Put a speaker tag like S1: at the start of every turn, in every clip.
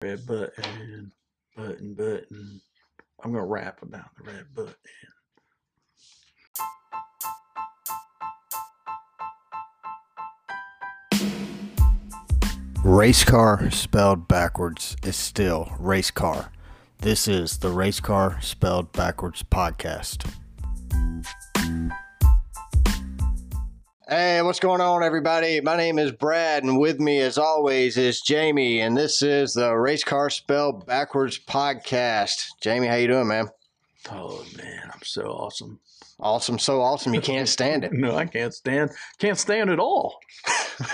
S1: Red button, button, button. I'm gonna rap about the red button.
S2: Race car spelled backwards is still race car. This is the Race Car Spelled Backwards podcast.
S3: Hey, what's going on, everybody? My name is Brad, and with me, as always, is Jamie, and this is the Race Car Spelled Backwards podcast. Jamie, how you doing, man?
S1: Oh man, I'm so awesome.
S3: Awesome, so awesome, you can't stand it.
S1: No, I can't stand, can't stand at all.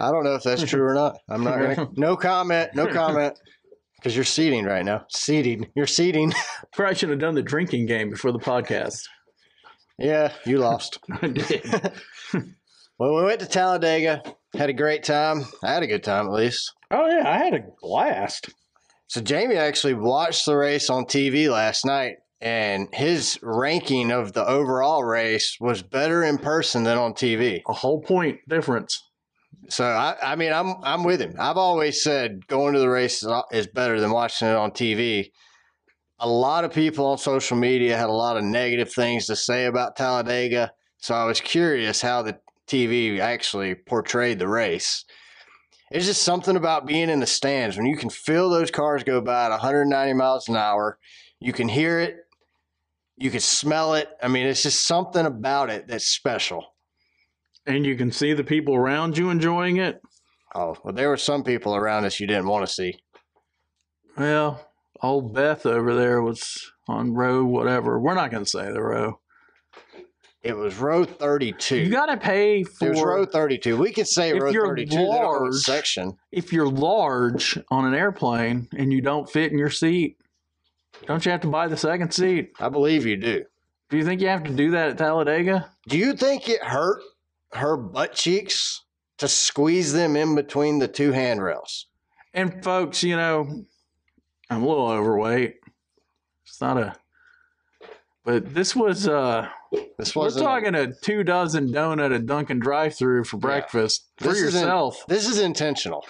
S3: I don't know if that's true or not. I'm not gonna. No comment. No comment. Because you're seating right now. Seating. You're seating.
S1: Probably should have done the drinking game before the podcast.
S3: Yeah, you lost.
S1: I did.
S3: Well, we went to Talladega. Had a great time. I had a good time, at least.
S1: Oh yeah, I had a blast.
S3: So Jamie actually watched the race on TV last night, and his ranking of the overall race was better in person than on TV.
S1: A whole point difference.
S3: So I, I mean, I'm I'm with him. I've always said going to the race is, is better than watching it on TV. A lot of people on social media had a lot of negative things to say about Talladega, so I was curious how the TV actually portrayed the race. It's just something about being in the stands when you can feel those cars go by at 190 miles an hour. You can hear it, you can smell it. I mean, it's just something about it that's special.
S1: And you can see the people around you enjoying it.
S3: Oh, well, there were some people around us you didn't want to see.
S1: Well, old Beth over there was on row whatever. We're not gonna say the row.
S3: It was row 32.
S1: You gotta pay
S3: it was row
S1: for
S3: 32. We could say
S1: If
S3: row
S1: you're
S3: 32. They don't have a
S1: large-
S3: section.
S1: if you're large on an airplane and you don't fit in your seat. Don't you have to buy the second seat?
S3: I believe you do.
S1: Do you think you have to do that at Talladega?
S3: Do you think it hurt her butt cheeks to squeeze them in between the two handrails?
S1: And folks, you know, I'm a little overweight. It's not a but this was uh
S3: This
S1: we're
S3: wasn't.
S1: talking a two dozen donut at Dunkin' drive through for breakfast for
S3: This isn't-
S1: yourself.
S3: this is intentional.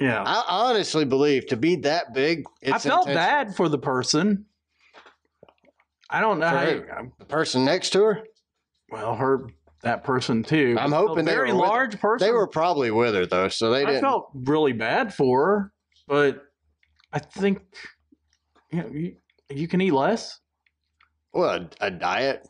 S1: yeah.
S3: I honestly believe to be that big, it's
S1: I felt
S3: intentional.
S1: bad for the person. I don't know.
S3: For
S1: How
S3: who?
S1: you- I'm-
S3: The person next to her,
S1: well, her that person too.
S3: I'm
S1: A
S3: hoping they
S1: very
S3: were with her.
S1: large person.
S3: they were probably with her though, so they
S1: I
S3: didn't.
S1: felt really bad for her, but I think you know you, you can eat less.
S3: well, a, a diet,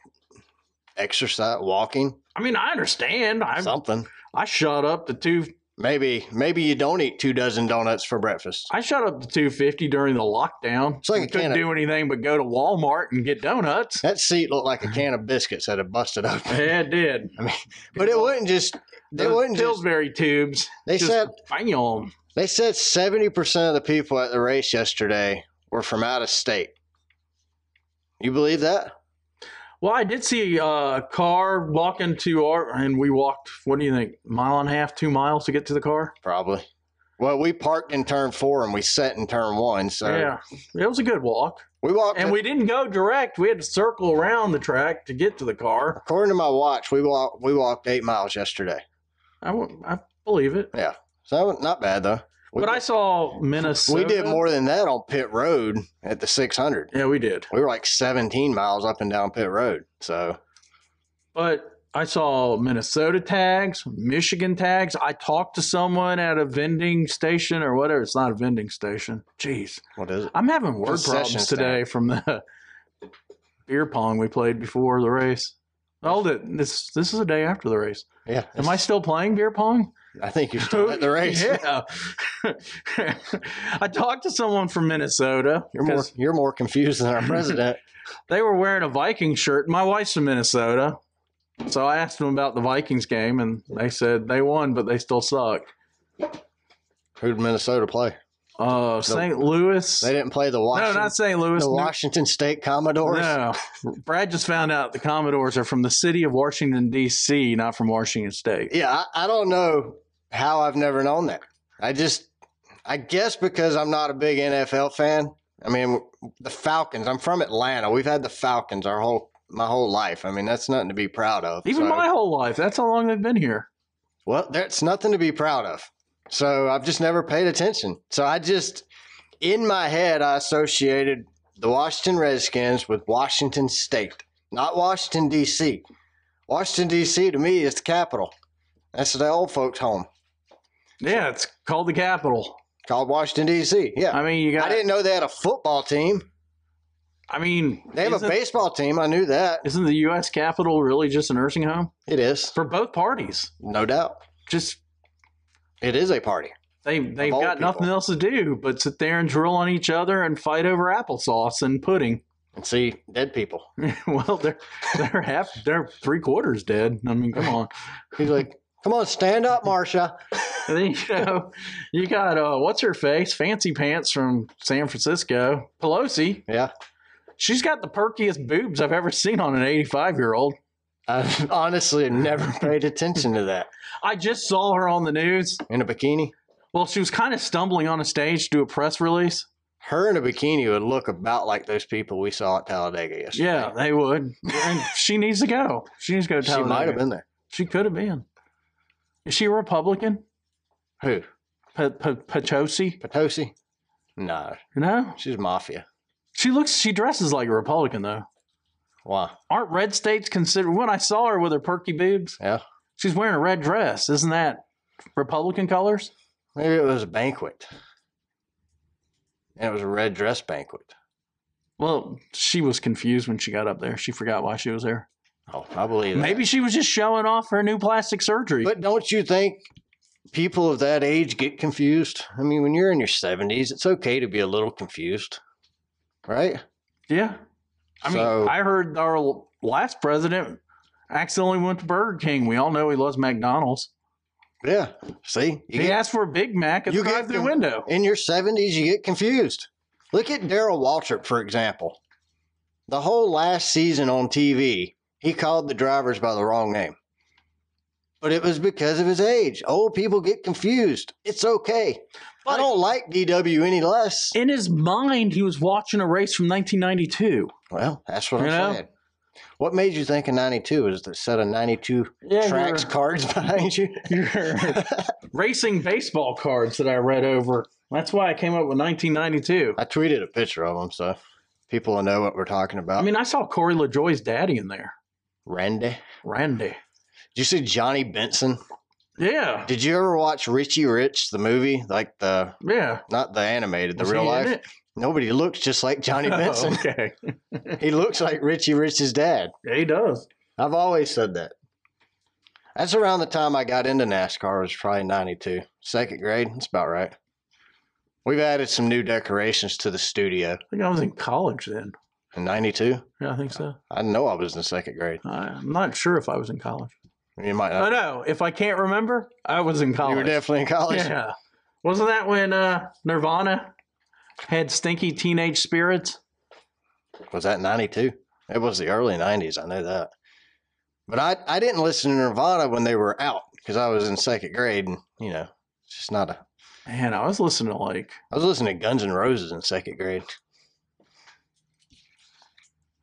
S3: exercise, walking,
S1: I mean, I understand. I
S3: something.
S1: I shot up to two.
S3: Maybe maybe you don't eat two dozen donuts for breakfast.
S1: I shot up to two fifty during the lockdown.
S3: It's like
S1: I
S3: a can
S1: couldn't
S3: of-
S1: do anything but go to Walmart and get donuts.
S3: That seat looked like a can of biscuits that had busted open.
S1: yeah, it did.
S3: But it wasn't just they
S1: Those
S3: wouldn't just
S1: Pillsbury tubes.
S3: they
S1: just
S3: said
S1: bam.
S3: they said seventy percent of the people at the race yesterday were from out of state. You believe that?
S1: Well, I did see uh, a car walking to our, and we walked. What do you think? Mile and a half, two miles to get to the car.
S3: Probably. Well, we parked in turn four and we set in turn one, so
S1: yeah, it was a good walk,
S3: we walked.
S1: and we didn't go direct. We had to circle around the track to get to the car.
S3: according to my watch, we walked we walked eight miles yesterday.
S1: I, w- I believe it,
S3: So not bad though. We,
S1: but I saw Minnesota.
S3: we did more than that on pit road at the six hundred.
S1: Yeah, we did.
S3: We were like seventeen miles up and down pit road. So
S1: But I saw Minnesota tags, Michigan tags. I talked to someone at a vending station or whatever. It's not a vending station. Jeez.
S3: what is it?
S1: I'm having word
S3: Concession
S1: problems today from the beer pong we played before the race. Oh, the, this this is a day after the race.
S3: Yeah.
S1: Am I still playing beer pong?
S3: I think you're still at the race.
S1: yeah. I talked to someone from Minnesota.
S3: You're more
S1: 'cause
S3: you're more confused than our president.
S1: They were wearing a Viking shirt. My wife's from Minnesota, so I asked them about the Vikings game, and they said they won, but they still suck.
S3: Who'd Minnesota play?
S1: Uh, St. Louis.
S3: They didn't play the
S1: No,
S3: Washington,
S1: not St. Louis.
S3: the
S1: New
S3: Washington State Commodores.
S1: No, Brad just found out the Commodores are from the city of Washington D.C., not from Washington State.
S3: Yeah, I, I don't know how I've never known that. I just, I guess because I'm not a big NFL fan. I mean, the Falcons. I'm from Atlanta. We've had the Falcons our whole my whole life. I mean, that's nothing to be proud of.
S1: Even
S3: So-
S1: my whole life, that's how long they've been here.
S3: well, that's nothing to be proud of. So I've just never paid attention. So I just, in my head, I associated the Washington Redskins with Washington State, not Washington, D.C. Washington, D.C. to me is the capital. That's the old folks' home
S1: Yeah, it's called the Capitol.
S3: called Washington, D.C. Yeah.
S1: I mean, you
S3: I
S1: got. I,
S3: didn't know they had a football team.
S1: mean,
S3: They have
S1: isn't-
S3: a baseball team. I knew that.
S1: Isn't the U.S. Capitol really just a nursing home
S3: It is,
S1: for both parties?
S3: no doubt.
S1: Just
S3: It is a party.
S1: they they've
S3: all
S1: got nothing
S3: people.
S1: else to do but sit there and drill on each other and fight over applesauce and pudding.
S3: And see, dead people.
S1: well, they're they're half they're three quarters dead. I mean, come on.
S3: He's like, come on, stand up, Marsha.
S1: And then, you know, you got uh, what's her face, Fancy Pants from San Francisco, Pelosi.
S3: Yeah.
S1: She's got the perkiest boobs I've ever seen on an 85 year old.
S3: I Uh, honestly never paid attention to that.
S1: I just saw her on the news.
S3: In a bikini?
S1: Well, she was kind of stumbling on a stage to do a press release.
S3: Her in a bikini would look about like those people we saw at Talladega yesterday.
S1: Yeah, they would. And she needs to go. She needs to go. To
S3: She might have
S1: Talladega.
S3: been there.
S1: She could have been. Is she a Republican?
S3: Who?
S1: P- P- Potosi?
S3: Potosi? No,
S1: No.
S3: she's mafia.
S1: She looks. She dresses like a Republican though.
S3: Why?
S1: Aren't red states considered? When I saw her with her perky boobs,
S3: Yeah.
S1: she's wearing a red dress. Isn't that Republican colors?
S3: Maybe it was a banquet. And it was a red dress banquet.
S1: Well, she was confused when she got up there. She forgot why she was there.
S3: Oh, I believe that.
S1: Maybe she was just showing off her new plastic surgery.
S3: But don't you think people of that age get confused? I mean, when you're in your 70s, it's okay to be a little confused, right?
S1: yeah. I mean,
S3: So-
S1: I heard our l- last president accidentally went to Burger King. We all know he loves McDonald's.
S3: Yeah. See, you
S1: he
S3: get-
S1: asked for a Big Mac at
S3: You
S1: the
S3: get
S1: drive through
S3: them-
S1: window.
S3: in your 70s, you get confused. Look at Daryl Waltrip, for example. The whole last season on TV, he called the drivers by the wrong name. But it was because of his age. Old people get confused. It's okay.
S1: But-
S3: I don't like DW any less.
S1: In his mind, he was watching a race from 1992.
S3: Well, that's what
S1: You
S3: I'm
S1: know?
S3: saying. What made you think of 92? Is the set of 92
S1: Yeah,
S3: tracks cards behind you?
S1: your racing baseball cards that I read over. That's why I came up with 1992.
S3: I tweeted a picture of them, so people will know what we're talking about.
S1: I mean, I saw Corey LaJoy's daddy in there,
S3: Randy. Did
S1: Randy.
S3: you see Johnny Benson?
S1: Yeah,
S3: Did you ever watch Richie Rich, the movie? Like the,
S1: yeah.
S3: not the animated, the
S1: Was
S3: real
S1: he in
S3: life?
S1: it?
S3: Nobody looks just like Johnny
S1: Oh,
S3: Benson.
S1: okay,
S3: he looks like Richie Rich's dad.
S1: yeah, he does.
S3: I've always said that. That's around the time I got into NASCAR. was probably 92. Second grade. That's about right. We've added some new decorations to the studio
S1: I think I was in college then.
S3: in 92.
S1: Yeah, I think so.
S3: I know I was in second grade.
S1: I, I'm not sure if I was in college.
S3: You might
S1: Oh
S3: not.
S1: no, if I can't remember, I was in college.
S3: You were definitely in college.
S1: Yeah, wasn't that when uh, Nirvana had stinky teenage spirits?
S3: Was that 92? It was the early 90s. I know that. But I, I didn't listen to Nirvana when they were out because I was in second grade and, you know, it's just not a.
S1: Man, I was listening to like
S3: I was listening to Guns N' Roses in second grade.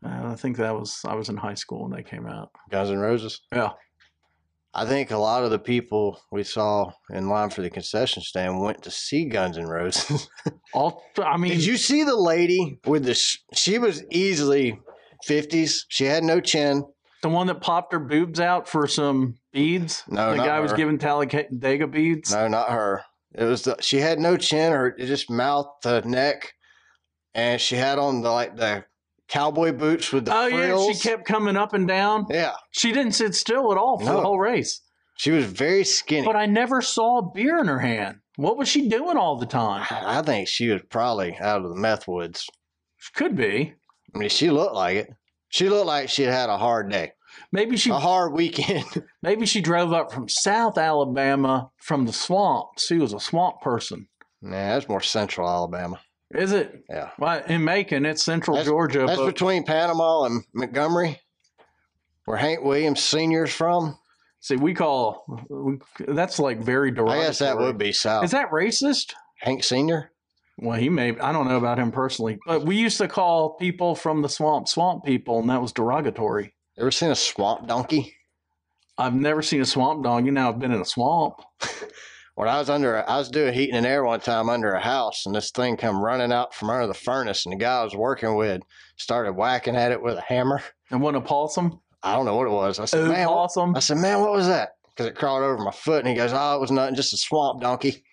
S1: Uh, I think that was I was in high school when they came out.
S3: Guns N' Roses?
S1: Yeah.
S3: I think a lot of the people we saw in line for the concession stand went to see Guns N' Roses.
S1: All I mean,
S3: Did you see the lady with the? Sh- she was easily fifties. She had no chin.
S1: the one that popped her boobs out for some beads.
S3: No,
S1: the
S3: Oh, not
S1: guy was
S3: her.
S1: giving Talladega beads.
S3: No, not her. It was the. She had no chin. Her it just mouth to neck, and she had on the like the cowboy boots with the
S1: oh yeah, she
S3: frills.
S1: kept coming up and down.
S3: Yeah,
S1: She didn't sit still at all for the
S3: No.
S1: whole race.
S3: she was very skinny.
S1: But I never saw a beer in her hand. What was she doing all the time?
S3: I, I think she was probably out of the meth woods.
S1: Could be.
S3: I mean, she looked like it. She looked like she had had a hard day,
S1: Maybe she
S3: a hard weekend.
S1: maybe she drove up from South Alabama from the swamps. She was a swamp person.
S3: nah, that's more central Alabama.
S1: Is it?
S3: Yeah.
S1: Well, in Macon, it's central Georgia.
S3: That's
S1: but-
S3: between Panama and Montgomery, where Hank Williams Senior's from.
S1: See, we call we, that's like very
S3: I
S1: derogatory.
S3: guess that would be South.
S1: Is that racist?
S3: Hank Senior?
S1: Well, he may. I don't know about him personally, but we used to call people from the swamp swamp people, and that was derogatory.
S3: Ever seen a swamp donkey?
S1: I've never seen a swamp dog. You know, I've been in a swamp.
S3: when I was under, I was doing heating and air one time under a house, and this thing come running out from under the furnace, and the guy I was working with started whacking at it with a hammer.
S1: And what a possum?
S3: I don't know what it was. I said,
S1: Ooh,
S3: man, what-"
S1: possum.
S3: I said, man, what was that? Because it crawled over my foot, and he goes, oh, it was nothing, just a swamp donkey.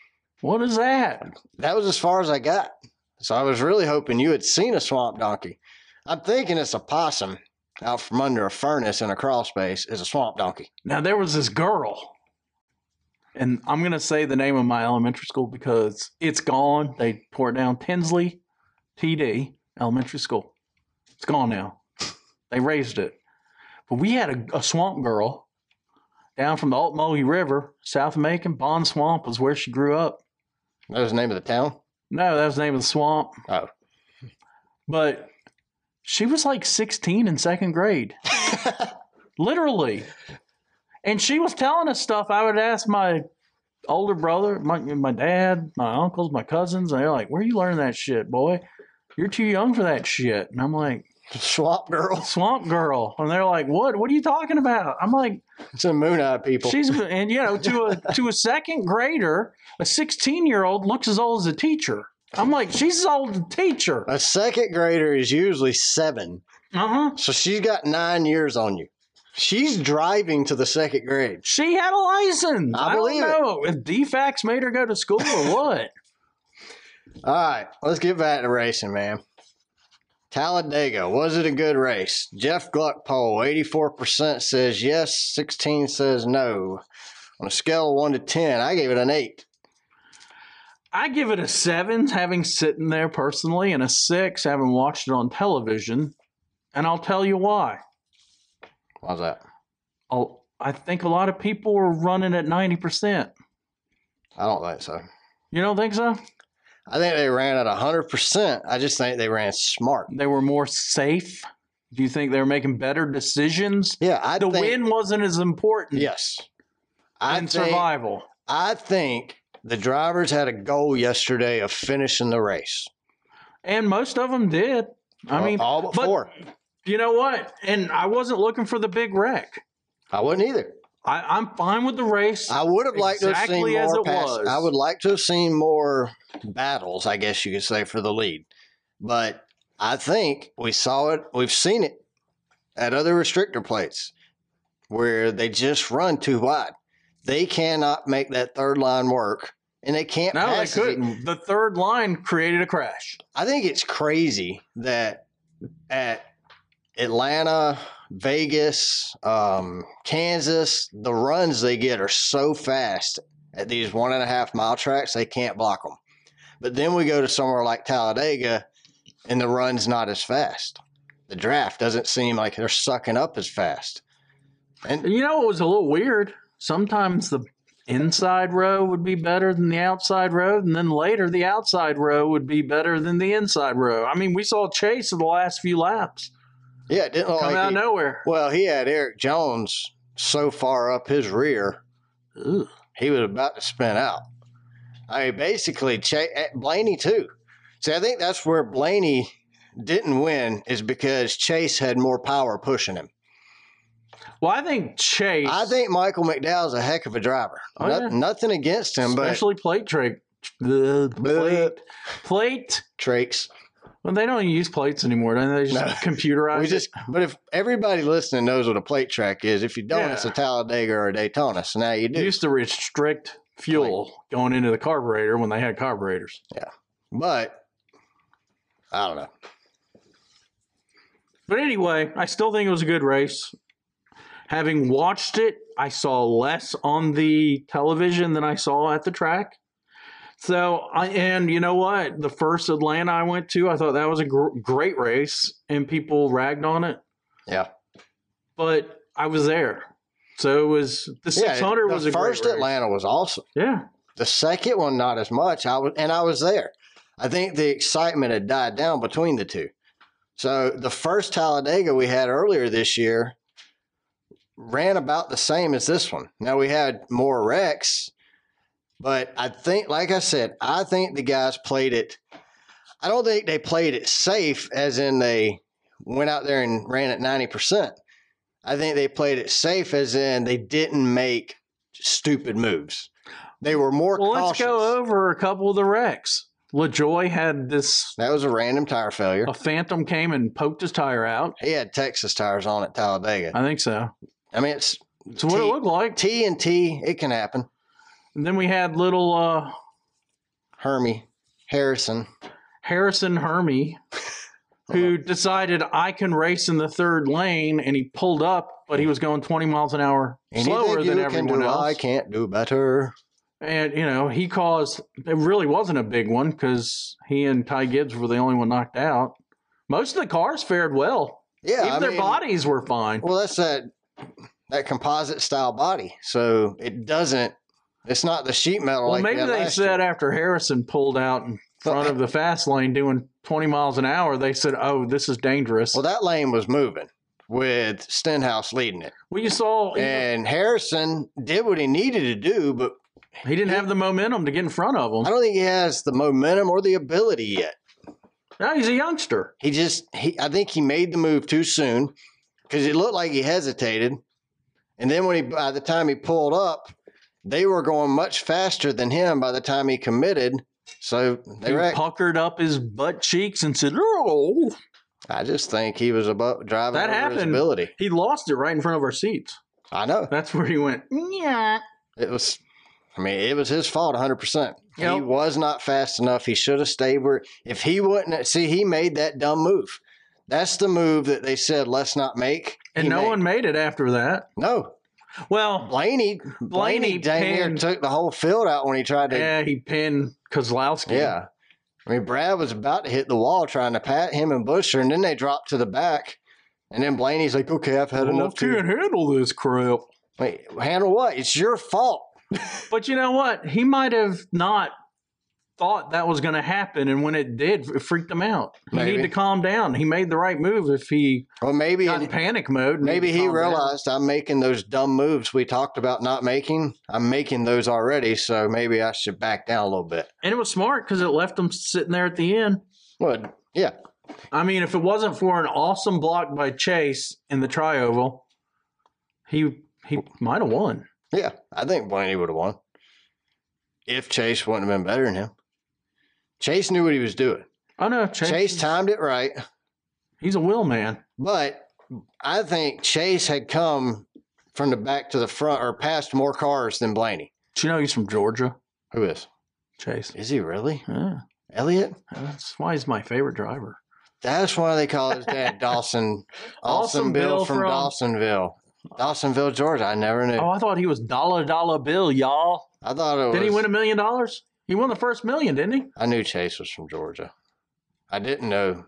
S1: What is that?
S3: That was as far as I got. So I was really hoping you had seen a swamp donkey. I'm thinking it's a possum out from under a furnace in a crawl space is a swamp donkey.
S1: Now there was this girl, and I'm gonna say the name of my elementary school because it's gone. They tore it down. Tinsley TD Elementary School. It's gone now. They raised it, but we had a, a swamp girl down from the Altmoe River, South of Macon. Bond Swamp was where she grew up.
S3: That was the name of the town.
S1: No, that was the name of the swamp.
S3: Oh.
S1: But she was like 16 in second grade. Literally. And she was telling us stuff. I would ask my older brother, my, my dad, my uncles, my cousins, and they're like, Where you learn that shit, boy? You're too young for that shit. And I'm like,
S3: Swamp girl.
S1: Swamp Girl. And they're like, What? What are you talking about? I'm like,
S3: Some moon eye people.
S1: She's and you know to a to a second grader, a 16 year old looks as old as a teacher. I'm like, she's as old as a teacher.
S3: a second grader is usually seven.
S1: Uh huh.
S3: So she's got nine years on you. She's driving to the second grade.
S1: She had a license.
S3: I
S1: I,
S3: believe it.
S1: don't know if defects made her go to school or what.
S3: All right, let's get back to racing, man. Talladega, was it a good race? Jeff Gluck poll, 84% says yes, 16 says no. On a scale of 1 to 10, I gave it an 8.
S1: I give it a seven, having sitting there personally, and a six, having watched it on television. And I'll tell you why.
S3: How's that?
S1: I'll, I think a lot of people were running at 90%.
S3: I don't think so.
S1: You don't think so?
S3: I think they ran at 100%. I just think they ran smart.
S1: They were more safe. Do you think they were making better decisions?
S3: Yeah, I
S1: the
S3: think,
S1: win wasn't as important
S3: Yes. I
S1: in
S3: think,
S1: survival.
S3: I think the drivers had a goal yesterday of finishing the race.
S1: And most of them did. I mean,
S3: all but,
S1: but-
S3: four.
S1: you know what? And I wasn't looking for the big wreck.
S3: I wouldn't either.
S1: I, I'm fine with the race.
S3: I would have liked to have
S1: Exactly
S3: seen
S1: as
S3: more.
S1: it
S3: Pass-
S1: was.
S3: I would like to have seen more battles. I guess you could say for the lead, but I think we saw it. We've seen it at other restrictor plates where they just run too wide. They cannot make that third line work, and they can't.
S1: no, they
S3: pass it.
S1: couldn't. The third line created a crash.
S3: I think it's crazy that at Atlanta, Vegas, um, Kansas, the runs they get are so fast at these one and a half mile tracks, they can't block them. But then we go to somewhere like Talladega, and the run's not as fast. The draft doesn't seem like they're sucking up as fast. And
S1: You know, it was a little weird. Sometimes the inside row would be better than the outside row, and then later the outside row would be better than the inside row. I mean, we saw Chase in the last few laps
S3: yeah, it didn't look
S1: come
S3: like
S1: out of
S3: he-
S1: nowhere.
S3: well, he had Eric Jones so far up his rear
S1: Ooh.
S3: he was about to spin out. I mean, basically, Ch- Blaney too. See, I think that's where Blaney didn't win is because Chase had more power pushing him.
S1: Well, I think Chase,
S3: I think Michael McDowell's a heck of a driver.
S1: Oh,
S3: No-
S1: yeah.
S3: Nothing against him,
S1: especially plate trick, the
S3: Bleh.
S1: plate, plate.
S3: but Trakes.
S1: Well, they don't even use plates anymore, do they? They just
S3: No.
S1: computerize.
S3: We
S1: it.
S3: just, but if everybody listening knows what a plate track is, if you don't, it's a
S1: Yeah.
S3: Talladega or a Daytona. So now you do.
S1: used to restrict fuel going into the carburetor when they had carburetors.
S3: but I don't know.
S1: But anyway, I still think it was a good race. Having watched it, I saw less on the television than I saw at the track. So, I and you know what? The first Atlanta I went to, I thought that was a gr- great race, and people ragged on it.
S3: Yeah.
S1: But I was there, so it was the
S3: Yeah,
S1: 600
S3: the
S1: was a
S3: first
S1: great race.
S3: Atlanta was awesome.
S1: Yeah,
S3: The second one, not as much. I was, and I was there. I think the excitement had died down between the two. So the first Talladega we had earlier this year ran about the same as this one. Now we had more wrecks, but I think, like I said, I think the guys played it. I don't think they played it safe, as in they went out there and ran at ninety percent. I think they played it safe, as in they didn't make stupid moves. They were more
S1: Well, let's
S3: cautious.
S1: go over a couple of the wrecks. LaJoy had this.
S3: That was a random tire failure.
S1: A phantom came and poked his tire out.
S3: He had Texas tires on at Talladega.
S1: I think so.
S3: I mean, it's
S1: It's what it
S3: T-
S1: looked like.
S3: TNT. It can happen.
S1: And then we had little uh,
S3: Hermie Harrison.
S1: Harrison Hermy, who decided I can race in the third lane, and he pulled up, but he was going 20 miles an hour
S3: Anything
S1: slower
S3: you
S1: than
S3: can
S1: everyone
S3: do,
S1: else.
S3: I can't do better.
S1: And you know, he caused it really wasn't a big one because he and Ty Gibbs were the only one knocked out. Most of the cars fared well.
S3: Yeah,
S1: Even
S3: I
S1: their
S3: mean,
S1: bodies were fine.
S3: Well, that's that that composite style body, so it doesn't. It's not the sheet metal.
S1: Well,
S3: like we
S1: maybe
S3: had
S1: they
S3: last
S1: said
S3: year.
S1: after Harrison pulled out in front of the fast lane doing 20 miles an hour, they said, "Oh, this is dangerous."
S3: Well, that lane was moving with Stenhouse leading it,
S1: Well, you saw
S3: and Harrison did what he needed to do, but
S1: he didn't have the momentum to get in front of
S3: I
S1: him.
S3: don't think he has the momentum or the ability yet.
S1: Now he's a youngster.
S3: He just, he, I think he made the move too soon because it looked like he hesitated, and then when he, by the time he pulled up, they were going much faster than him by the time he committed. So they
S1: he
S3: wrecked.
S1: puckered up his butt cheeks and said, "Oh."
S3: I just think he was above driving
S1: That
S3: over his
S1: happened.
S3: ability.
S1: He lost it right in front of our seats.
S3: I know
S1: That's where he went.
S3: Mm,
S1: Yeah.
S3: it was. I mean, it was his fault 100. percent He
S1: Yep.
S3: was not fast enough. He should have stayed where. If he wouldn't see, he made that dumb move. That's the move that they said let's not make.
S1: And
S3: He
S1: no
S3: made-
S1: one made it after that.
S3: no
S1: Well,
S3: Blaney.
S1: Blaney
S3: Blaney, dang near
S1: pinned-
S3: took the whole field out when he tried to. Yeah.
S1: yeah, he pinned Kozlowski.
S3: I mean, Brad was about to hit the wall trying to pat him and Busher, and then they dropped to the back. And then Blaney's like, "Okay, I've had
S1: Well, "Oh, I
S3: enough." Too.
S1: can't handle this crap.
S3: Wait, handle what? It's your fault.
S1: But you know what? He might have not thought that was going to happen, and when it did, it freaked him out. He
S3: Maybe.
S1: needed to calm down. He made the right move if he
S3: Well, maybe
S1: got in panic mode. and
S3: Maybe he
S1: calmed down.
S3: realized I'm making those dumb moves we talked about not making. I'm making those already, so maybe I should back down a little bit.
S1: And it was smart because it left him sitting there at the end.
S3: Well, yeah,
S1: I mean, if it wasn't for an awesome block by Chase in the trioval, he he might have won.
S3: yeah. I think Blaney would have won if Chase wouldn't have been better than him. Chase knew what he was doing.
S1: Oh no, Chase,
S3: Chase, timed it right,
S1: he's a will man.
S3: but I think Chase had come from the back to the front or passed more cars than Blaney.
S1: Do you know he's from Georgia?
S3: Who is?
S1: Chase.
S3: Is he really?
S1: Yeah,
S3: Elliot?
S1: that's why he's my favorite driver.
S3: That's why they call his dad Dawson. Dawson Bill
S1: Bill
S3: from,
S1: from-
S3: Dawsonville. Dawsonville, Georgia. I never knew.
S1: Oh, I thought he was dollar dollar bill, y'all.
S3: I thought it was.
S1: Did he win a million dollars? He won the first million, didn't he?
S3: I knew Chase was from Georgia. I didn't know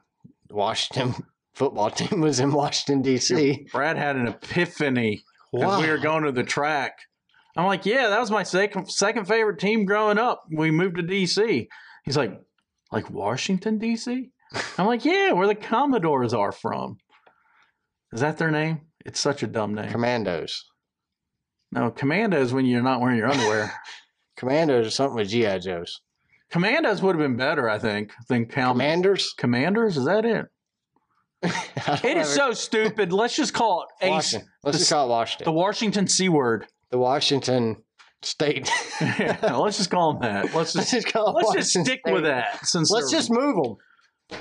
S3: Washington football team was in Washington D.C.
S1: Brad had an epiphany as
S3: Wow.
S1: we were going to the track. I'm like, yeah, that was my second second favorite team growing up. We moved to DC. He's like, like Washington DC. I'm like, yeah, where the Commodores are from. Is that their name? It's such a dumb name.
S3: Commandos.
S1: No, Commandos when you're not wearing your underwear.
S3: Commandos or something with GI Joes.
S1: Commandos would have been better, I think, than Com-
S3: Commanders.
S1: Commanders. Is that it?
S3: I don't
S1: It is
S3: know.
S1: so stupid. Let's just call it Ace,
S3: Washington. Let's just
S1: the-
S3: call it
S1: the
S3: Washington.
S1: Washington C word.
S3: The, Washington State.
S1: yeah, let's just call them that. Let's
S3: let's
S1: just
S3: just call it
S1: let's just
S3: Washington
S1: stick
S3: State.
S1: with that. Since
S3: Let's
S1: they're-
S3: just move them.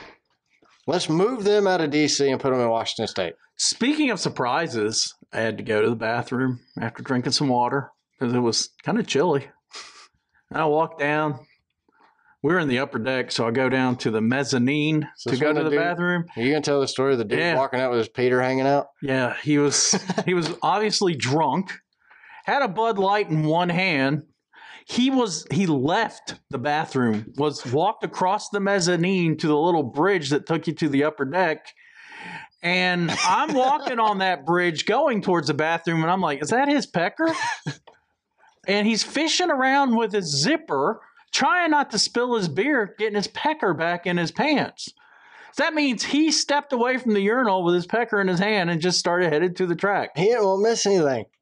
S3: Let's move them out of D.C. and put them in Washington State.
S1: speaking of surprises, I had to go to the bathroom after drinking some water because it was kind of chilly. And I walked down. We were in the upper deck, so I go down to the mezzanine
S3: So
S1: to
S3: this
S1: go
S3: one
S1: to
S3: the
S1: the
S3: dude-
S1: bathroom.
S3: Are you gonna tell the story of the dude
S1: Yeah.
S3: walking out with his Peter hanging out?
S1: Yeah, he was he was obviously drunk. Had a Bud Light in one hand. He was he left the bathroom, was walked across the mezzanine to the little bridge that took you to the upper deck. And I'm walking on that bridge going towards the bathroom and I'm like, "Is that his pecker?" and he's fishing around with his zipper, trying not to spill his beer, getting his pecker back in his pants. So that means he stepped away from the urinal with his pecker in his hand and just started headed to the track.
S3: He didn't want to miss anything.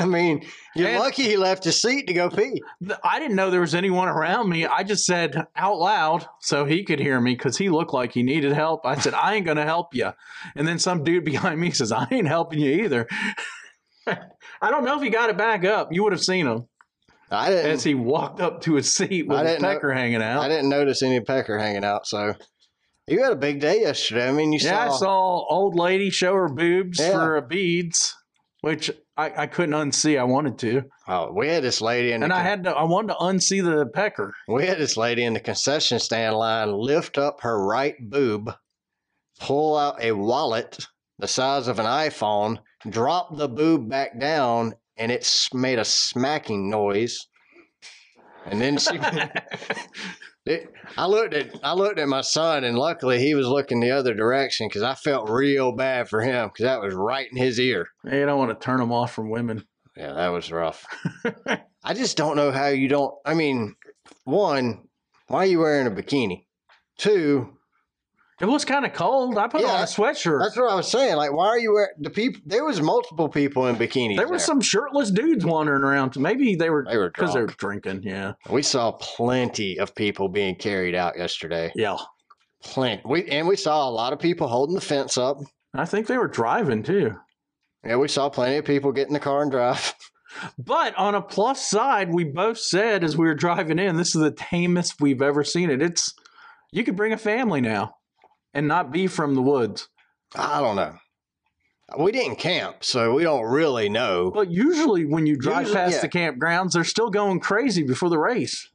S3: I mean, you're
S1: And-
S3: lucky he left his seat to go pee.
S1: Th- I didn't know there was anyone around me. I just said out loud so he could hear me because he looked like he needed help. I said, I ain't going to help you. And then some dude behind me says, I ain't helping you either. I don't know if he got it back up. You would have seen him.
S3: I didn't.
S1: as he walked up to his seat with
S3: I
S1: his
S3: didn't know-
S1: pecker hanging out.
S3: I didn't notice any pecker hanging out. So you had a big day yesterday. I mean, you
S1: yeah,
S3: saw.
S1: I saw old lady show her boobs
S3: Yeah.
S1: for beads, which I, I couldn't unsee. I wanted to,
S3: Oh, we had this lady in.
S1: and
S3: the
S1: I
S3: con-
S1: had to. I wanted to unsee the pecker.
S3: We had this lady in the concession stand line lift up her right boob, pull out a wallet the size of an iPhone, drop the boob back down, and it s- made a smacking noise. And then she, it- I looked at, I looked at my son, and luckily he was looking the other direction because I felt real bad for him because that was right in his ear.
S1: Hey, I don't want to turn them off from women.
S3: Yeah, that was rough. I just don't know how you don't. I mean, one, why are you wearing a bikini? Two,
S1: It was kind of cold. I put
S3: Yeah,
S1: on a sweatshirt.
S3: that's what I was saying. Like, why are you wearing the people? There was multiple people in bikinis.
S1: There were some shirtless dudes wandering around. Maybe they were
S3: They were
S1: because they were
S3: drunk.
S1: drinking. Yeah,
S3: We saw plenty of people being carried out yesterday.
S1: yeah.
S3: Plenty. We and we saw a lot of people holding the fence up.
S1: I think they were driving too.
S3: Yeah, we saw plenty of people get in the car and drive.
S1: But on a plus side, we both said as we were driving in, this is the tamest we've ever seen it. It's you could bring a family now and not be from the woods.
S3: I don't know. We didn't camp, so we don't really know.
S1: But usually when you drive
S3: Usually,
S1: past
S3: yeah.
S1: the campgrounds, they're still going crazy before the race.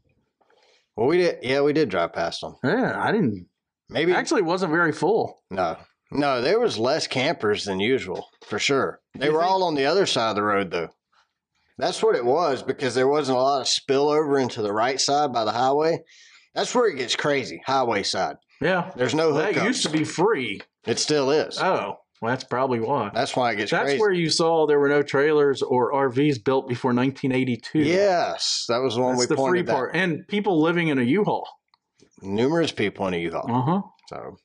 S3: Well, we did. Yeah, we did drive past them.
S1: Yeah, I didn't
S3: Maybe
S1: actually it wasn't very full.
S3: No, no, there was less campers than usual for sure. They
S1: You
S3: were
S1: think-
S3: all on the other side of the road though. That's what it was because there wasn't a lot of spillover into the right side by the highway. That's where it gets crazy, highway side.
S1: Yeah.
S3: There's no
S1: That
S3: hookups.
S1: used to be free.
S3: it still is.
S1: Oh, well, that's probably why.
S3: That's why it gets
S1: That's
S3: crazy.
S1: where you saw there were no trailers or RVs built before 1982.
S3: yes, that was the one
S1: That's
S3: we
S1: the free
S3: pointed out.
S1: part. And people living in a U-Haul.
S3: Numerous people in a U-Haul.
S1: Uh huh.
S3: So,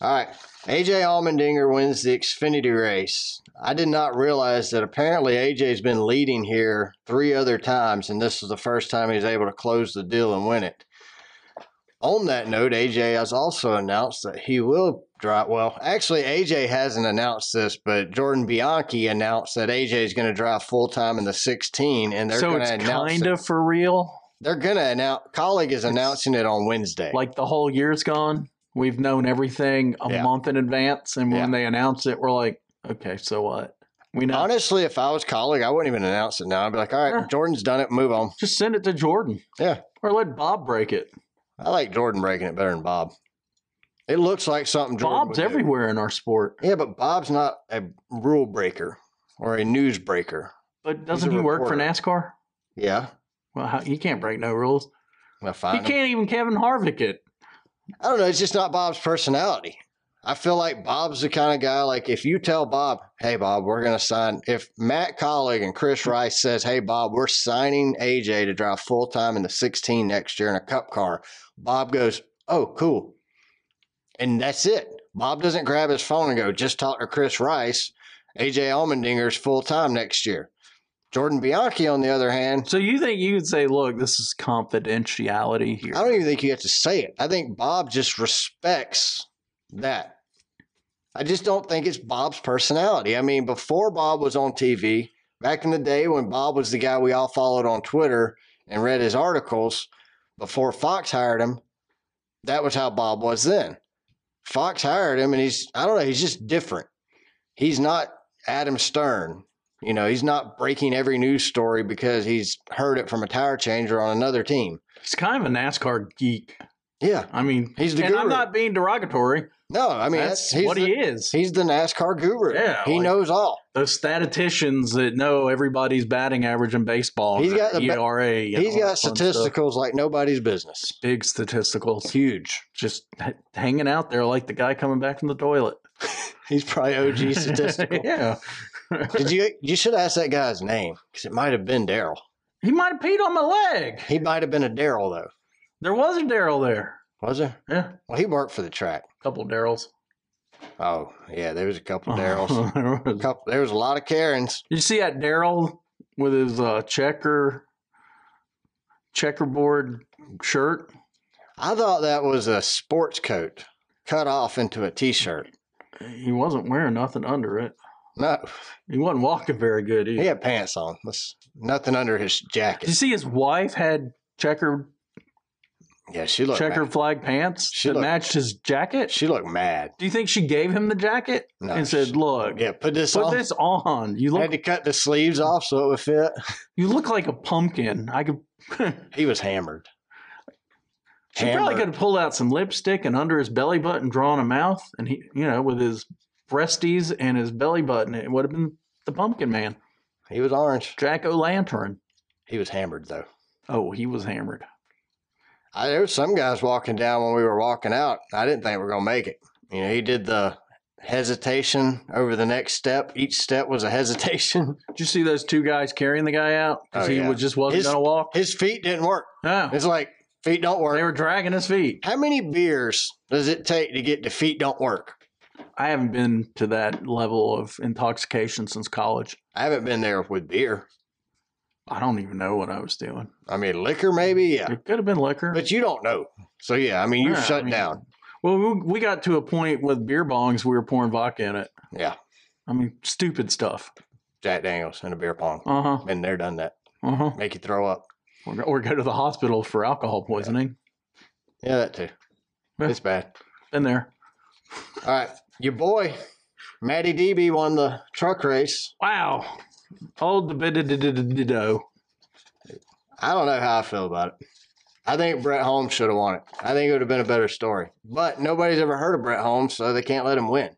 S3: all right. AJ Allmendinger wins the Xfinity race. I did not realize that apparently AJ's been leading here three other times, and this is the first time he's able to close the deal and win it. On that note, AJ has also announced that he will drive. Well, actually, AJ hasn't announced this, but Jordan Bianchi announced that AJ is going to drive full time in the 16, and they're
S1: so
S3: going
S1: it's
S3: to announce.
S1: kind
S3: it.
S1: of for real.
S3: They're going to announce. Colleague is announcing it on Wednesday.
S1: Like the whole year's gone. We've known everything a
S3: Yeah.
S1: month in advance, and
S3: Yeah.
S1: when they announce it, we're like, okay, so what? We know.
S3: Honestly, if I was colleague, I wouldn't even announce it now. I'd be like, all right,
S1: Yeah.
S3: Jordan's done it. Move on.
S1: Just send it to Jordan.
S3: Yeah.
S1: Or let Bob break it.
S3: I like Jordan breaking it better than Bob. It looks like something Jordan
S1: Bob's
S3: would do.
S1: everywhere in our sport.
S3: Yeah, but Bob's not a rule breaker or a news breaker.
S1: But doesn't
S3: a
S1: he work for
S3: reporter.
S1: NASCAR?
S3: Yeah.
S1: Well, how, he can't break no rules.
S3: I
S1: He
S3: find him.
S1: can't even Kevin Harvick it.
S3: I don't know. It's just not Bob's personality. I feel like Bob's the kind of guy, like, if you tell Bob, hey, Bob, we're going to sign. If Matt Colleague and Chris Rice says, hey, Bob, we're signing AJ to drive full time in the 16 next year in a cup car, Bob goes, oh, cool. And that's it. Bob doesn't grab his phone and go, just talk to Chris Rice. AJ Allmendinger's full time next year. Jordan Bianchi, on the other hand,
S1: So you think you could say, look, this is confidentiality here?
S3: I don't even think you have to say it. I think Bob just respects that. I just don't think it's Bob's personality. I mean, before Bob was on TV, back in the day when Bob was the guy we all followed on Twitter and read his articles, before Fox hired him, that was how Bob was then. Fox hired him, and he's, I don't know, he's just different. He's not Adam Stern. You know, he's not breaking every news story because he's heard it from a tire changer on another team.
S1: He's kind of a NASCAR geek.
S3: Yeah.
S1: I mean,
S3: He's the
S1: and
S3: guru.
S1: I'm not being derogatory.
S3: no, I mean
S1: that's
S3: that's, he's
S1: what
S3: the,
S1: he is.
S3: He's the NASCAR guru.
S1: Yeah,
S3: he
S1: like-
S3: knows all.
S1: those statisticians that know everybody's batting average in baseball.
S3: He's got the be-
S1: ERA. and all
S3: He's
S1: that
S3: got
S1: fun stuff.
S3: statisticals like nobody's business.
S1: Big statisticals.
S3: Huge.
S1: Just h- hanging out there like the guy coming back from the toilet.
S3: He's probably OG statistical.
S1: yeah.
S3: Did you? You should ask that guy's name because it might have been Daryl.
S1: He might have peed on my leg.
S3: He might have been a Daryl though.
S1: There was a Daryl there.
S3: Was there?
S1: Yeah. A
S3: Well, he worked for the track.
S1: couple Daryls.
S3: Oh yeah, there was a couple Daryls.
S1: Daryls.
S3: couple, there was a lot of Karens.
S1: You see that Daryl with his uh, checker checkerboard shirt?
S3: I thought that was a sports coat cut off into a t-shirt.
S1: He wasn't wearing nothing under it.
S3: No,
S1: He wasn't walking very good either.
S3: he had pants on. That's nothing under his
S1: Did you
S3: jacket.
S1: see his wife had checker
S3: Yeah, she looked.
S1: checker
S3: Mad.
S1: flag pants
S3: She
S1: that
S3: looked-
S1: matched his jacket?
S3: She looked mad.
S1: Do you think she gave him the jacket
S3: No,
S1: and
S3: she-
S1: said, "Look,
S3: "Yeah, put this
S1: put
S3: on."
S1: this on. You
S3: I had
S1: look Mm.
S3: to cut the sleeves off so it would fit.
S1: you look like a pumpkin. I could
S3: He was hammered.
S1: She probably
S3: Hammered.
S1: could have pulled out some lipstick and under his belly button drawn a mouth and he you know, with his breasties and his belly button, it would have been the pumpkin man.
S3: He was orange.
S1: Jack O' Lantern.
S3: He was hammered though.
S1: Oh, he was hammered.
S3: I, there was some guys walking down when we were walking out. I didn't think we were gonna make it. You know, he did the hesitation over the next step. Each step was a hesitation.
S1: Did you see those two guys carrying the guy out? Because
S3: Oh,
S1: he
S3: yeah.
S1: was just wasn't
S3: His-
S1: gonna walk.
S3: His feet didn't work.
S1: No.
S3: It's like feet don't
S1: They
S3: work.
S1: were dragging his feet.
S3: How many beers does it take to get to feet don't work?
S1: I haven't been to that level of intoxication since college.
S3: I haven't been there with beer.
S1: I don't even know what I was doing.
S3: I mean, liquor maybe, yeah,
S1: It could have been liquor.
S3: but you don't know. So yeah, I mean, you
S1: Yeah, I
S3: shut
S1: mean-
S3: down.
S1: well, we, we got to a point with beer bongs, we were pouring vodka in it.
S3: Yeah,
S1: I mean, stupid stuff.
S3: Jack Daniels in a beer pong.
S1: Uh huh.
S3: Been there, done that.
S1: Uh huh.
S3: Make you throw up.
S1: Or, go- or go to the hospital for alcohol poisoning.
S3: Yeah, that too.
S1: Yeah.
S3: It's bad.
S1: Been there.
S3: All right, your boy, Matty DB won the truck race.
S1: Wow. Old the bit
S3: I don't know how I feel about it. I think Brett Holmes should have won it. I think it would have been a better story. But nobody's ever heard of Brett Holmes, so they can't let him win.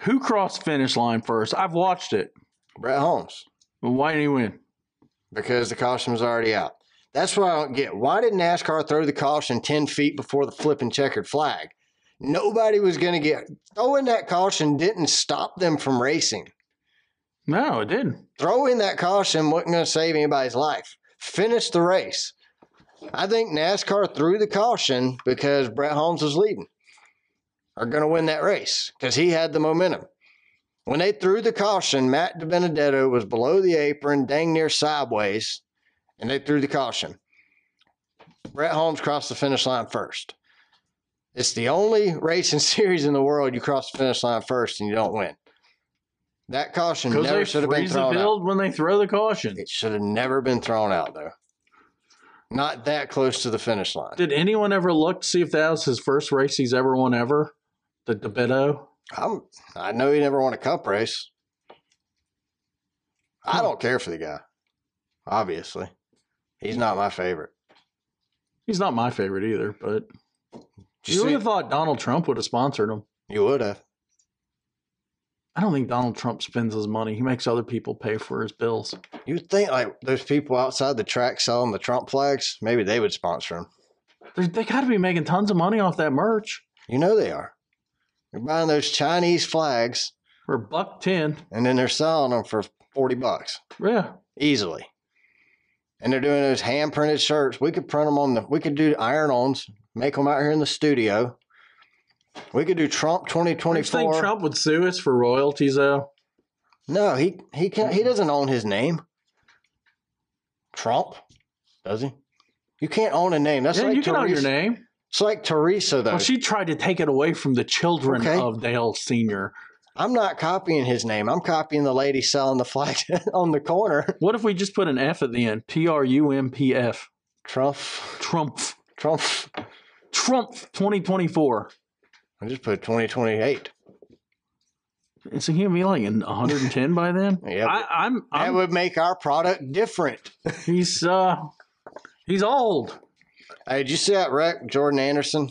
S1: Who crossed finish line first? I've watched it.
S3: Brett Holmes.
S1: But why didn't he win?
S3: because the caution was already out. That's what I don't get. Why did NASCAR throw the caution 10 feet before the flipping checkered flag? Nobody was going to get throwing that caution didn't stop them from racing.
S1: No, it didn't.
S3: Throwing that caution wasn't going to save anybody's life. Finish the race. I think NASCAR threw the caution because Brett Holmes was leading. Are going to win that race because he had the momentum. When they threw the caution, Matt DiBenedetto was below the apron, dang near sideways, and they threw the caution. Brett Holmes crossed the finish line first. It's the only racing series in the world you cross the finish line first and you don't win. That caution
S1: Because
S3: never
S1: they
S3: should have been
S1: freeze the
S3: thrown out.
S1: field when they throw the caution.
S3: It should have never been thrown out, though. Not that close to the finish line.
S1: Did anyone ever look to see if that was his first race he's ever won ever? The DeBetto?
S3: I'm, I know he never won a cup race.
S1: Hmm.
S3: I don't care for the guy, obviously. He's not my favorite.
S1: He's not my favorite either, but you,
S3: Did You,
S1: would
S3: see-
S1: have thought Donald Trump would have sponsored him.
S3: you would have.
S1: I don't think Donald Trump spends his money. He makes other people pay for his bills.
S3: You'd think like those people outside the track selling the Trump flags, maybe they would sponsor him.
S1: They're, they got to be making tons of money off that merch.
S3: You know they are. They're buying those Chinese flags
S1: Or buck ten.
S3: and then they're selling them for 40 bucks.
S1: Yeah.
S3: easily. And they're doing those hand printed shirts. We could print them on the, we could do iron ons, make them out here in the studio. We could do Trump
S1: Do you think
S3: 2024.
S1: Trump would sue us for royalties, though?
S3: No, he, he can't, he doesn't own his name. Trump, does he? You can't own a name. That's
S1: yeah,
S3: like
S1: you can
S3: Teresa.
S1: own your name.
S3: It's like Teresa, though.
S1: Well, she tried to take it away from the children
S3: Okay.
S1: of Dale Sr.
S3: I'm not copying his name. I'm copying the lady selling the flag on the corner.
S1: What if we just put an F at the end? T R U M P F.
S3: Trump,
S1: Trump.
S3: Trump.
S1: Trump 2024.
S3: I just put 2028.
S1: Is he gonna be like in 110 by then?
S3: Yeah, but-
S1: I, I'm.
S3: That
S1: I'm
S3: would make our product different.
S1: he's uh, he's old.
S3: Hey, did you see that wreck, Jordan Anderson?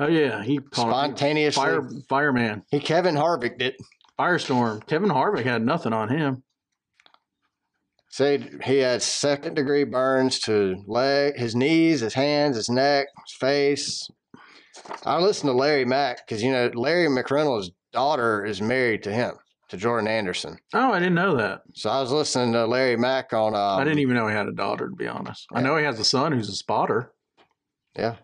S1: Oh yeah, he caught
S3: Spontaneously,
S1: fire fireman
S3: he Kevin Harvick did.
S1: firestorm. Kevin Harvick had nothing on him.
S3: Said he had second degree burns to leg, his knees, his hands, his neck, his face. I listened to Larry Mack because you know Larry McReynolds' daughter is married to him, to Jordan Anderson.
S1: Oh, I didn't know that.
S3: So I was listening to Larry Mack on. Um,
S1: I didn't e even know he had a daughter. To be honest, I
S3: yeah.
S1: know he has a son who's a spotter.
S3: Yeah,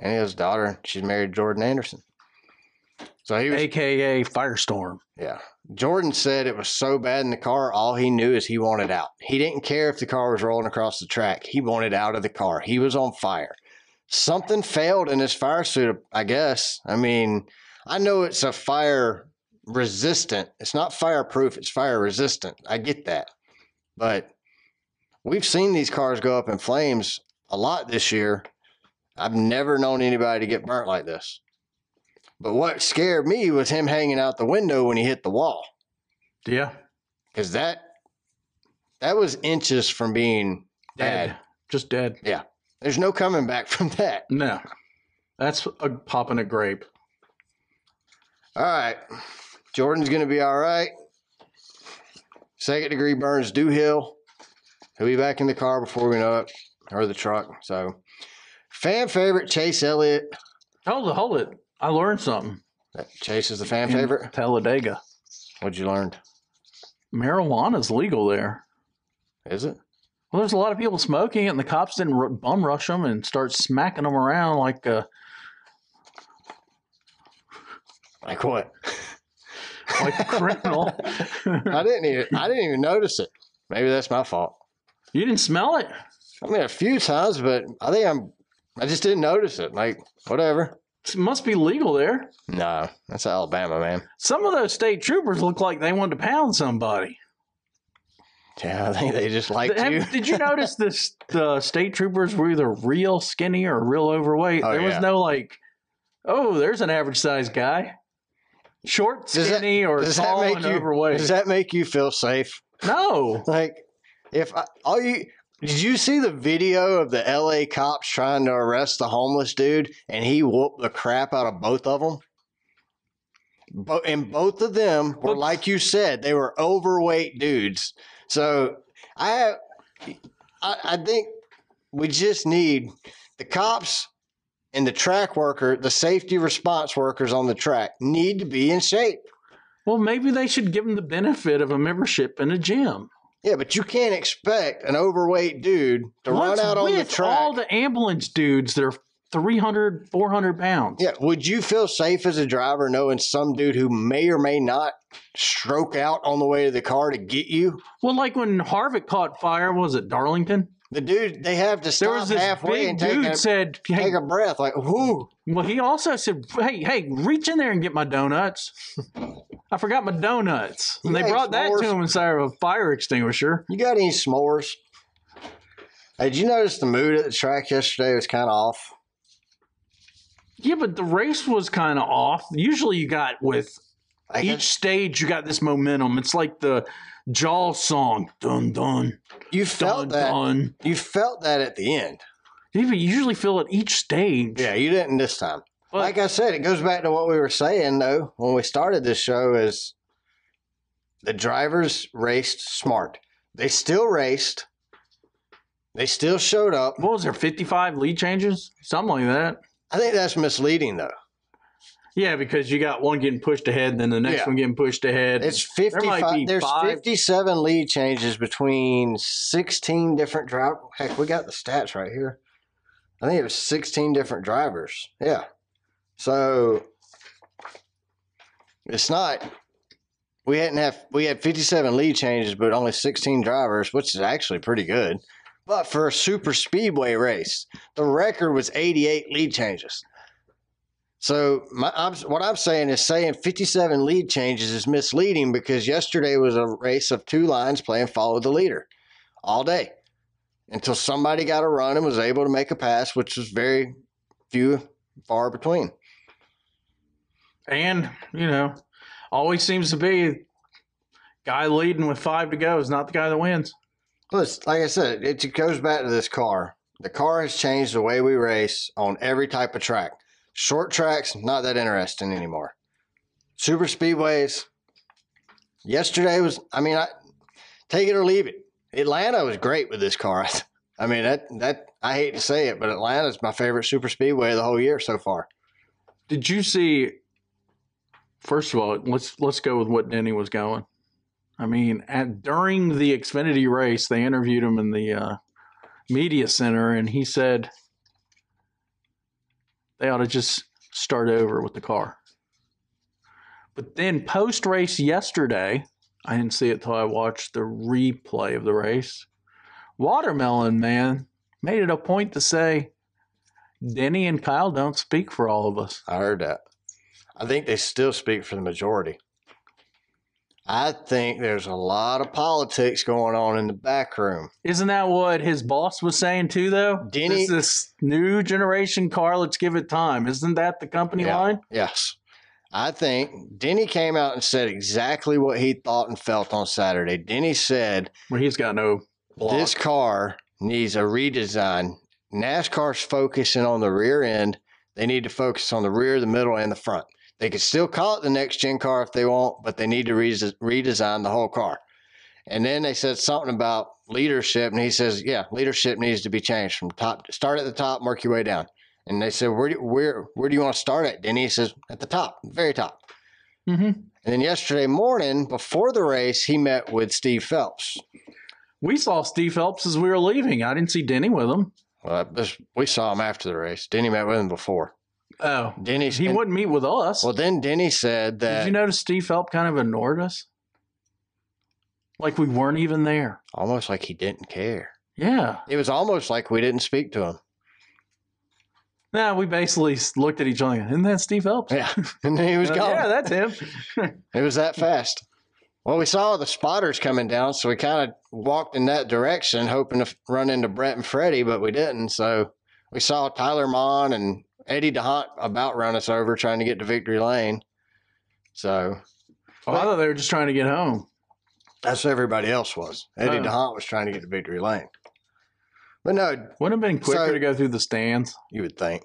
S3: and his daughter, she's married to Jordan Anderson. So he was
S1: aka Firestorm.
S3: Yeah. Jordan said it was so bad in the car, all he knew is he wanted out. He didn't care if the car was rolling across the track. He wanted out of the car. He was on fire. Something failed in his fire suit, I guess. I mean, I know it's a fire resistant. It's not fireproof, it's fire resistant. I get that. But we've seen these cars go up in flames a lot this year. I've never known anybody to get burnt like this. But what scared me was him hanging out the window when he hit the wall
S1: Yeah.
S3: because that that was inches from being
S1: Dead.
S3: bad.
S1: Just dead.
S3: There's no coming back from that.
S1: No. That's a, popping a grape.
S3: All right. Jordan's going to be all right. Second degree burns do heal. He'll be back in the car before we know it, or the truck. So, fan favorite Chase Elliott.
S1: Hold it. Hold it. I learned something.
S3: Chase is the fan
S1: in
S3: favorite.
S1: Talladega.
S3: What'd you learn?
S1: Marijuana's legal there.
S3: Is it?
S1: Well, there's a lot of people smoking it, and the cops didn't r- bum rush them and start smacking them around like uh,
S3: Like what?
S1: like a criminal.
S3: I didn't even I didn't even notice it. Maybe that's my fault.
S1: you didn't smell it.
S3: I mean, a few times, but I think I'm I just didn't notice it. Like whatever.
S1: It must be legal there.
S3: No, that's Alabama, man.
S1: Some of those state troopers look like they wanted to pound somebody.
S3: Yeah, I think they just liked
S1: Have-
S3: you.
S1: did you notice this? The state troopers were either real skinny or real overweight.
S3: Oh,
S1: there
S3: yeah.
S1: was no like, oh, there's an average sized guy, short,
S3: Does that-
S1: skinny, or
S3: does that
S1: tall
S3: make
S1: and
S3: you-
S1: overweight.
S3: Does that make you feel safe?
S1: no,
S3: Like, if I, all you did you see the video of the L.A. cops trying to arrest the homeless dude, and he whooped the crap out of both of them. Bo- and both of them were
S1: But-
S3: like you said, they were overweight dudes. So I have, I, I think we just need the cops and the track worker, the safety response workers on the track need to be in shape.
S1: well, maybe they should give them the benefit of a membership in a gym.
S3: Yeah, but you can't expect an overweight dude to
S1: What's
S3: run out on the
S1: with
S3: track.
S1: All the ambulance dudes, they're 300, 400 pounds.
S3: yeah, would you feel safe as a driver knowing some dude who may or may not stroke out on the way to the car to get you?
S1: Well, like when Harvick caught fire, was it Darlington?
S3: The dude they have to
S1: There
S3: stop
S1: was this
S3: halfway
S1: big
S3: and take
S1: dude
S3: a,
S1: said, hey,
S3: take a breath, like whoo.
S1: Well, he also said, "Hey, hey, reach in there and get my donuts. I forgot my donuts." And
S3: You
S1: they
S3: ate
S1: brought that
S3: s'mores.
S1: to him inside of a fire extinguisher.
S3: You got any s'mores? Hey, did you notice the mood at the track yesterday was kind of off?
S1: Yeah, but the race was kind of off. Usually, you got with
S3: Like,
S1: each stage, you got this momentum. It's like the Jaws song, dun dun
S3: you
S1: dun
S3: felt that.
S1: dun.
S3: You felt that at the end.
S1: You even usually feel it each stage.
S3: Yeah, you didn't this time.
S1: But-
S3: like I said, it goes back to what we were saying though when we started this show is the drivers raced smart. They still raced. They still showed up.
S1: what was there? Fifty-five lead changes, something like that.
S3: I think that's misleading though.
S1: Yeah, because you got one getting pushed ahead, then the next
S3: Yeah.
S1: one getting pushed ahead.
S3: It's
S1: There might
S3: 55
S1: be
S3: there's
S1: five-
S3: 57 lead changes between 16 different drive heck, we got the stats right here. I think it was 16 different drivers. Yeah. So it's not we hadn't have we had 57 lead changes but only 16 drivers, which is actually pretty good. But for a super speedway race, the record was 88 lead changes. So my, I'm, what I'm saying is saying 57 lead changes is misleading because yesterday was a race of two lines playing follow the leader all day until somebody got a run and was able to make a pass, which was very few far between.
S1: And, you know, always seems to be guy leading with five to go is not the guy that wins.
S3: Well, it's, like I said, it just goes back to this car. The car has changed the way we race on every type of track. Short tracks, not that interesting anymore. Super speedways. Yesterday was, I mean, I take it or leave it. Atlanta was great with this car. I mean, that that I hate to say it, but Atlanta's my favorite super speedway of the whole year so far.
S1: Did you see first of all, let's let's go with what Denny was going. I mean, at during the Xfinity race, they interviewed him in the uh, media center and he said they ought to just start over with the car. But then post race yesterday, I didn't see it till I watched the replay of the race. Watermelon Man made it a point to say, Denny and Kyle don't speak for all of us.
S3: I heard that. I think they still speak for the majority. I think there's a lot of politics going on in the back room.
S1: Isn't that what his boss was saying too, though?
S3: Denny-
S1: This this new generation car. Let's give it time. Isn't that the company
S3: Yeah.
S1: line?
S3: Yes. I think Denny came out and said exactly what he thought and felt on Saturday. Denny said,
S1: Well, he's got no. Block.
S3: This car needs a redesign. NASCAR's focusing on the rear end. They need to focus on the rear, the middle, and the front. They could still call it the next gen car if they want, but they need to re- redesign the whole car. And then they said something about leadership, and he says, "Yeah, leadership needs to be changed from top. Start at the top, work your way down." And they said, "Where do, where where do you want to start at?" Denny He says, "At the top, very top."
S1: hmm
S3: And then yesterday morning, before the race, he met with Steve Phelps.
S1: We saw Steve Phelps as we were leaving. I didn't see Denny with him.
S3: Well, Uh, this, we saw him after the race. Denny met with him before.
S1: Oh,
S3: Denny,
S1: he
S3: and-
S1: wouldn't meet with us.
S3: Well, then Denny said that
S1: Did you notice Steve Phelps kind of ignored us? Like we weren't even there.
S3: almost like he didn't care.
S1: Yeah.
S3: It was almost like we didn't speak to him.
S1: Nah, we basically s- looked at each other. Isn't that Steve Phelps?
S3: Yeah, and then he was
S1: Uh,
S3: gone.
S1: yeah, that's him.
S3: It was that fast. Well, we saw the spotters coming down, so we kind of walked in that direction, hoping to f- run into Brett and Freddie, but we didn't. So we saw Tyler Mon and Eddie DeHunt about run us over trying to get to victory lane. So
S1: Oh, I thought they were just trying to get home.
S3: that's what everybody else was. Eddie
S1: Oh.
S3: DeHunt was trying to get to victory lane. But no,
S1: Wouldn't it have been quicker
S3: So-
S1: to go through the stands.
S3: you would think.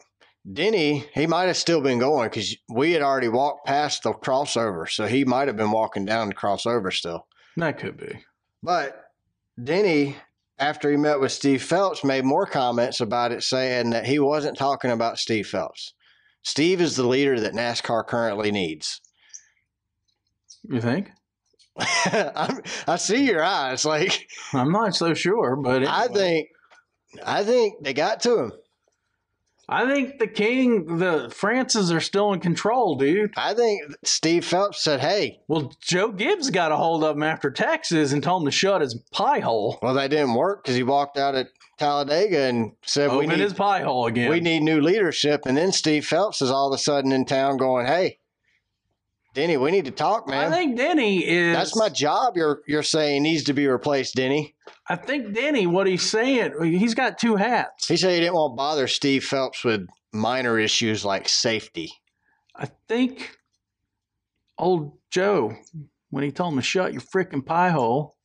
S3: Denny, he might have still been going because we had already walked past the crossover. So he might have been walking down the crossover still.
S1: That could be.
S3: But Denny, after he met with Steve Phelps, made more comments about it, saying that he wasn't talking about Steve Phelps. Steve is the leader that NASCAR currently needs.
S1: You think?
S3: I'm, I see your eyes. Like
S1: I'm not so sure, but
S3: I
S1: anyway.
S3: think, I think they got to him.
S1: I think the king, the Francis, are still in control, dude.
S3: I think Steve Phelps said, "Hey,
S1: Well, Joe Gibbs got a hold of him after Texas and told him to shut his pie hole.
S3: well, that didn't work because he walked out at Talladega and said we
S1: Open
S3: need
S1: his pie hole again.
S3: we need new leadership." And then Steve Phelps is all of a sudden in town going, "Hey, Denny, we need to talk, man."
S1: I think Denny is.
S3: That's my job. You're you're saying needs to be replaced, Denny.
S1: I think Denny, what he's saying, he's got two hats.
S3: He said he didn't want to bother Steve Phelps with minor issues like safety.
S1: I think old Joe, when he told him to shut your freaking pie hole,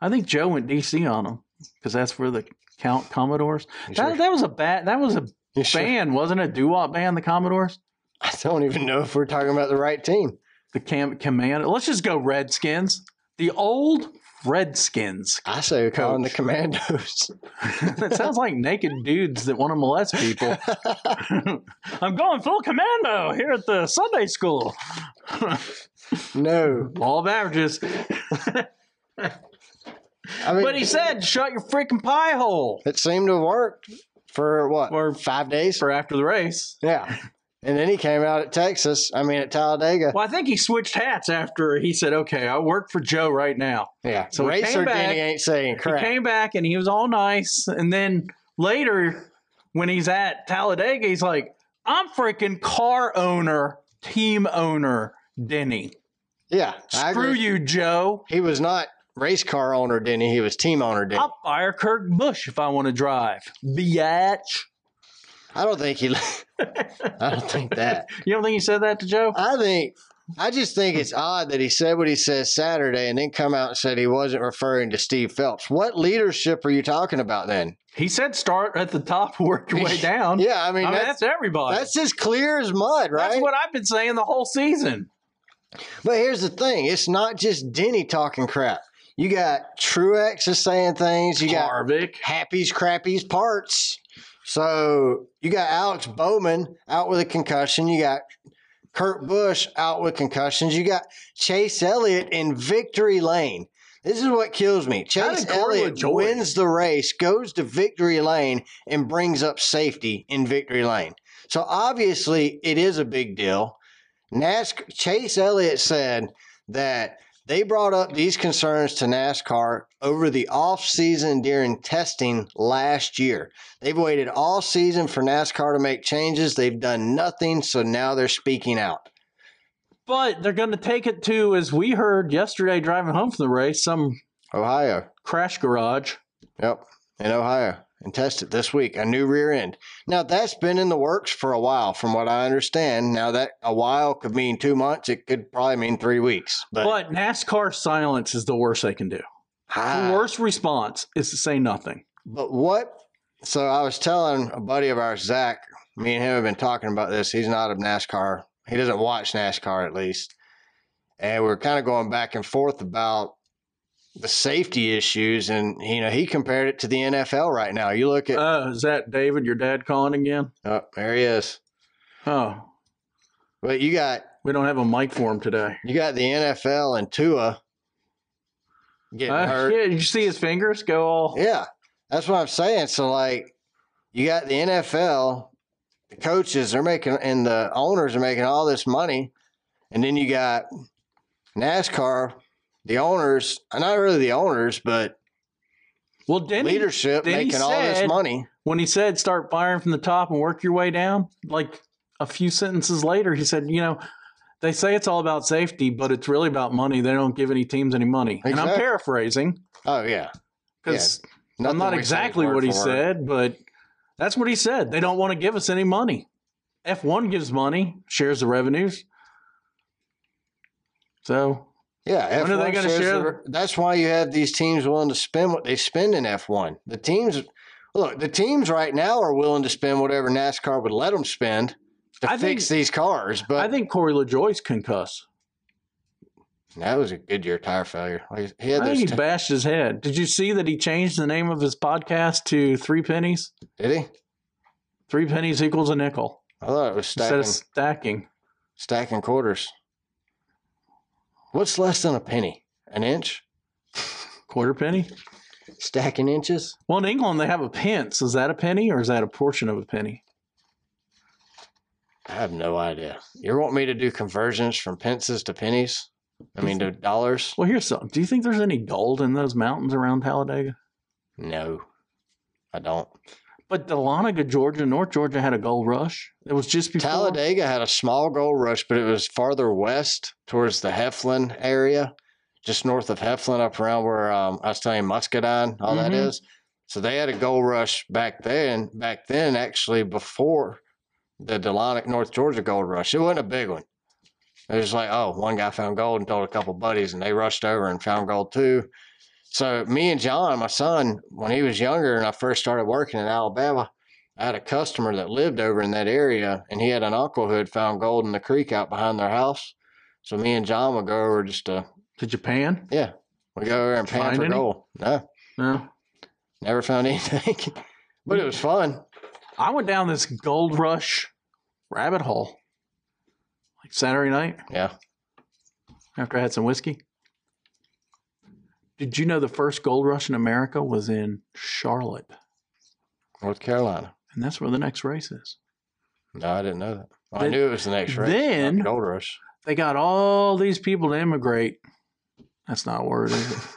S1: I think Joe went DC on him because that's where the Count Commodores.
S3: You
S1: That,
S3: sure-
S1: that was a bat. That was a
S3: you sure-
S1: band, wasn't it? Doo wop band, the Commodores,
S3: I don't even know if we're talking about the right team.
S1: the Cam- Command. Let's just go Redskins. The old Redskins.
S3: I say we're calling the
S1: Coach.
S3: Commandos.
S1: that sounds like naked dudes that want to molest people. I'm going full commando here at the Sunday school.
S3: no,
S1: Law of averages.
S3: I mean,
S1: But he said, shut your freaking pie hole.
S3: it seemed to have worked for what
S1: Or-
S3: five days.
S1: For after the race.
S3: yeah, and then he came out at Texas. I mean, at Talladega.
S1: Well, I think he switched hats after he said, okay, I work for Joe right now.
S3: Yeah,
S1: So he came
S3: racer
S1: back-
S3: Denny ain't saying crap.
S1: He came back and he was all nice. And then later, when he's at Talladega, he's like, I'm freaking car owner, team owner, Denny.
S3: yeah, I
S1: Screw
S3: agree.
S1: you, Joe.
S3: He was not race car owner Denny. He was team owner Denny.
S1: I'll fire Kirk Bush if I want to drive. Biatch.
S3: I don't think he. I don't think that.
S1: You don't think he said that to Joe?
S3: I think. I just think it's odd that he said what he said Saturday and then come out and said he wasn't referring to Steve Phelps. What leadership are you talking about then?
S1: He said start at the top, work your way down.
S3: Yeah, I
S1: Um, I
S3: mean,
S1: mean,
S3: that's,
S1: that's, everybody.
S3: that's as clear as mud, right?
S1: That's what I've been saying the whole season.
S3: but here's the thing: it's not just Denny talking crap. You got Truex is saying things. You got
S1: Harvick.
S3: Happy's crappies parts. So you got Alex Bowman out with a concussion. You got Kurt Busch out with concussions. You got Chase Elliott in victory lane. This is what kills me.
S1: How
S3: Chase
S1: did Corey
S3: Elliott
S1: LaJoy-
S3: wins the race, goes to victory lane, and brings up safety in victory lane. So obviously, it is a big deal. NASC- Chase Elliott said that they brought up these concerns to NASCAR over the off season during testing last year. They've waited all season for NASCAR to make changes. They've done nothing, so now they're speaking out.
S1: But they're going to take it to, as we heard yesterday driving home from the race, some
S3: Ohio.
S1: crash garage.
S3: Yep, in Ohio, and test it this week. A new rear end. Now that's been in the works for a while, from what I understand. Now that a while could mean two months. It could probably mean three weeks. But,
S1: But NASCAR silence is the worst they can do.
S3: Ah,
S1: The worst response is to say nothing.
S3: but what? So I was telling a buddy of ours, Zach. Me and him have been talking about this. He's not a NASCAR. He doesn't watch NASCAR at least. And we we're kind of going back and forth about the safety issues, and you know, he compared it to the NFL right now. You look at
S1: Uh, is that David, your dad, calling again?
S3: oh, there he is.
S1: Oh,
S3: But you got
S1: we don't have a mic for him today.
S3: You got the NFL and Tua getting
S1: Uh,
S3: hurt.
S1: yeah, you see his fingers go all.
S3: Yeah, that's what I'm saying. So like, you got the NFL, the coaches are making and the owners are making all this money, and then you got NASCAR, the owners, uh, not really the owners, but
S1: Well, Denny,
S3: leadership
S1: then he
S3: making all this
S1: said-
S3: money.
S1: when he said start firing from the top and work your way down, like a few sentences later, he said, you know, they say it's all about safety, but it's really about money. They don't give any teams any money. And I'm
S3: Exactly.
S1: paraphrasing
S3: Oh yeah,
S1: because I'm
S3: Nothing
S1: not
S3: we say is
S1: exactly
S3: word
S1: what he
S3: for word.
S1: said, but that's what he said. They don't want to give us any money. F1 gives money, shares the revenues. So
S3: Yeah,
S1: When are they
S3: F1
S1: gonna
S3: shares
S1: share
S3: the-
S1: the-
S3: That's why you have these teams willing to spend what they spend in F1. The teams, look, the teams right now are willing to spend whatever NASCAR would let them spend to
S1: I think-
S3: fix these cars. But
S1: I think Corey LaJoy's can cuss.
S3: that was a good year tire failure. Like, He had
S1: I
S3: those.
S1: think he
S3: t-
S1: bashed his head. Did you see that he changed the name of his podcast to Three Pennies?
S3: did he?
S1: Three pennies equals a nickel
S3: I thought it was
S1: instead
S3: stacking
S1: of stacking.
S3: stacking quarters. What's less than a penny? An inch?
S1: Quarter penny.
S3: Stacking inches?
S1: Well, in England they have a pence. Is that a penny or is that a portion of a penny?
S3: I have no idea. You want me to do conversions from pences to pennies? I mean to dollars?
S1: Well, here's something. Do you think there's any gold in those mountains around Talladega?
S3: No, I don't.
S1: But Dahlonega, Georgia, North Georgia had a gold rush. It was just before.
S3: Talladega had a small gold rush, but it was farther west towards the Heflin area, just north of Heflin, up around where um, I was telling you, Muscadine, all that
S1: Mhm.
S3: is. So they had a gold rush back then, back then, actually, before the Delonic North Georgia gold rush. It wasn't a big one. It was like, oh, one guy found gold and told a couple buddies, and they rushed over and found gold too. So me and John, my son, when he was younger and I first started working in Alabama, I had a customer that lived over in that area and he had an uncle who had found gold in the creek out behind their house. So me and John would go over just to
S1: to Japan.
S3: we go over and pan
S1: Find
S3: for
S1: any?
S3: gold. No.
S1: No.
S3: Never found anything. but it was fun.
S1: I went down this gold rush rabbit hole like Saturday night.
S3: Yeah.
S1: after I had some whiskey. Did you know the first gold rush in America was in Charlotte?
S3: North Carolina.
S1: And that's where the next race is.
S3: No, I didn't know that. Well, I
S1: Then-
S3: knew it was the next race. not
S1: then-
S3: the gold rush.
S1: They got all these people to immigrate. That's not a word, is it?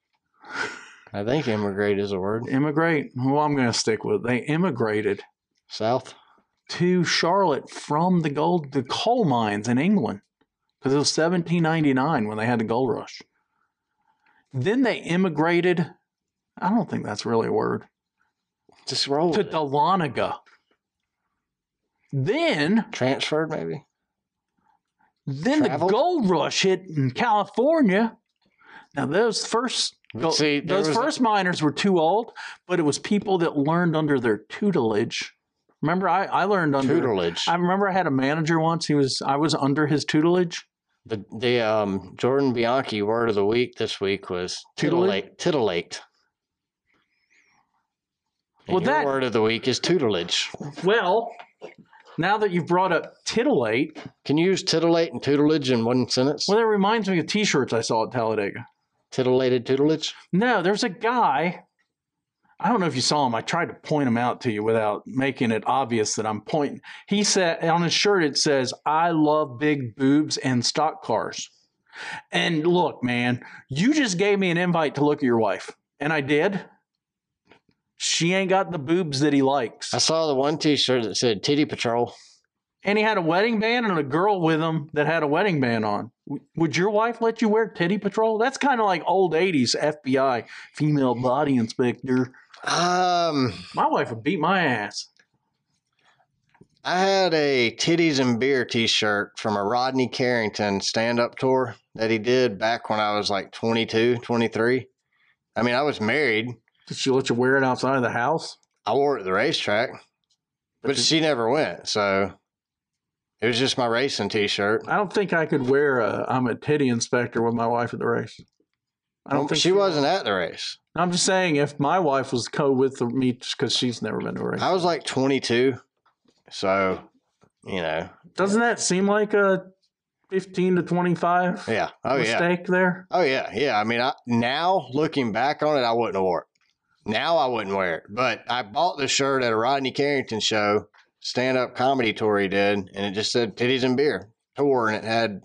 S3: I think immigrate is a word.
S1: immigrate. Well, I'm going to stick with it. They immigrated
S3: South.
S1: to Charlotte from the gold, the coal mines in England, because it was 1799 when they had the gold rush. Then they immigrated. I don't think that's really a word.
S3: Just roll.
S1: to
S3: with it.
S1: Dahlonega. Then,
S3: Transferred maybe.
S1: then
S3: Traveled?
S1: the gold rush hit in California. Now those first go-
S3: see, there
S1: those
S3: was a-
S1: first miners were too old, but it was people that learned under their tutelage. Remember, I, I learned under.
S3: Tutelage.
S1: I remember I had a manager once. He was I was under his tutelage.
S3: The the um Jordan Bianchi word of the week this week was
S1: Tutelage?
S3: titillate. Titillate. And
S1: Well,
S3: your
S1: that-
S3: word of the week is tutelage.
S1: Well, now that you've brought up titillate,
S3: Can you use titillate and tutelage in one sentence?
S1: well, that reminds me of T-shirts I saw at Talladega.
S3: Titillated tutelage.
S1: No, there's a guy. I don't know if you saw him. I tried to point him out to you without making it obvious that I'm pointing. He said on his shirt it says, "I love big boobs and stock cars." And look, man, you just gave me an invite to look at your wife, and I did. She ain't got the boobs that he likes.
S3: I saw the one T-shirt that said "Titty Patrol."
S1: and he had a wedding band and a girl with him that had a wedding band on. W- Would your wife let you wear titty patrol? That's kind of like old 80s FBI female body inspector.
S3: Um,
S1: My wife would beat my ass.
S3: I had a titties and beer T-shirt from a Rodney Carrington stand-up tour that he did back when I was like 22, 23. I mean, I was married.
S1: Did she let you wear it outside of the house?
S3: I wore it at the racetrack, but
S1: did-
S3: she never went. So it was just my racing T-shirt.
S1: I don't think I could wear a I'm a titty inspector with my wife at the race. I don't
S3: Well,
S1: think
S3: she wasn't at the race.
S1: I'm just saying if my wife was co with me because she's never been to a race.
S3: I was like 22, so you know,
S1: Doesn't that seem like a 15 to 25
S3: yeah. Oh yeah.
S1: mistake there?
S3: Oh yeah, yeah. I mean, I, now looking back on it, I wouldn't have wore it. Now I wouldn't wear it, but I bought the shirt at a Rodney Carrington show, stand-up comedy tour he did, and it just said "titties and beer" tour, and it had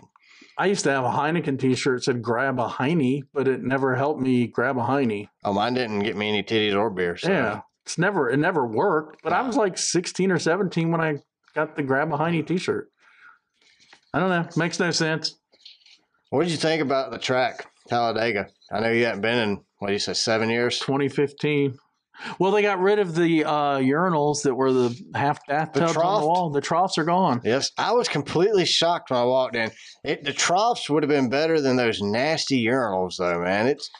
S1: I used to have a Heineken t shirt that said grab a Heine, but it never helped me grab a Heine.
S3: oh, mine didn't get me any titties or beer. So.
S1: Yeah. It's never it never worked. But I
S3: Yeah.
S1: was like sixteen or seventeen when I got the grab a Heine t shirt. I don't know. Makes no sense.
S3: What did you think about the track Talladega? I know you haven't been in what do you say seven years.
S1: 2015. Well, they got rid of the uh, urinals that were the half bathtubs on
S3: trough?
S1: the wall. The troughs are gone.
S3: Yes, I was completely shocked when I walked in. It, the troughs would have been better than those nasty urinals, though, man. It's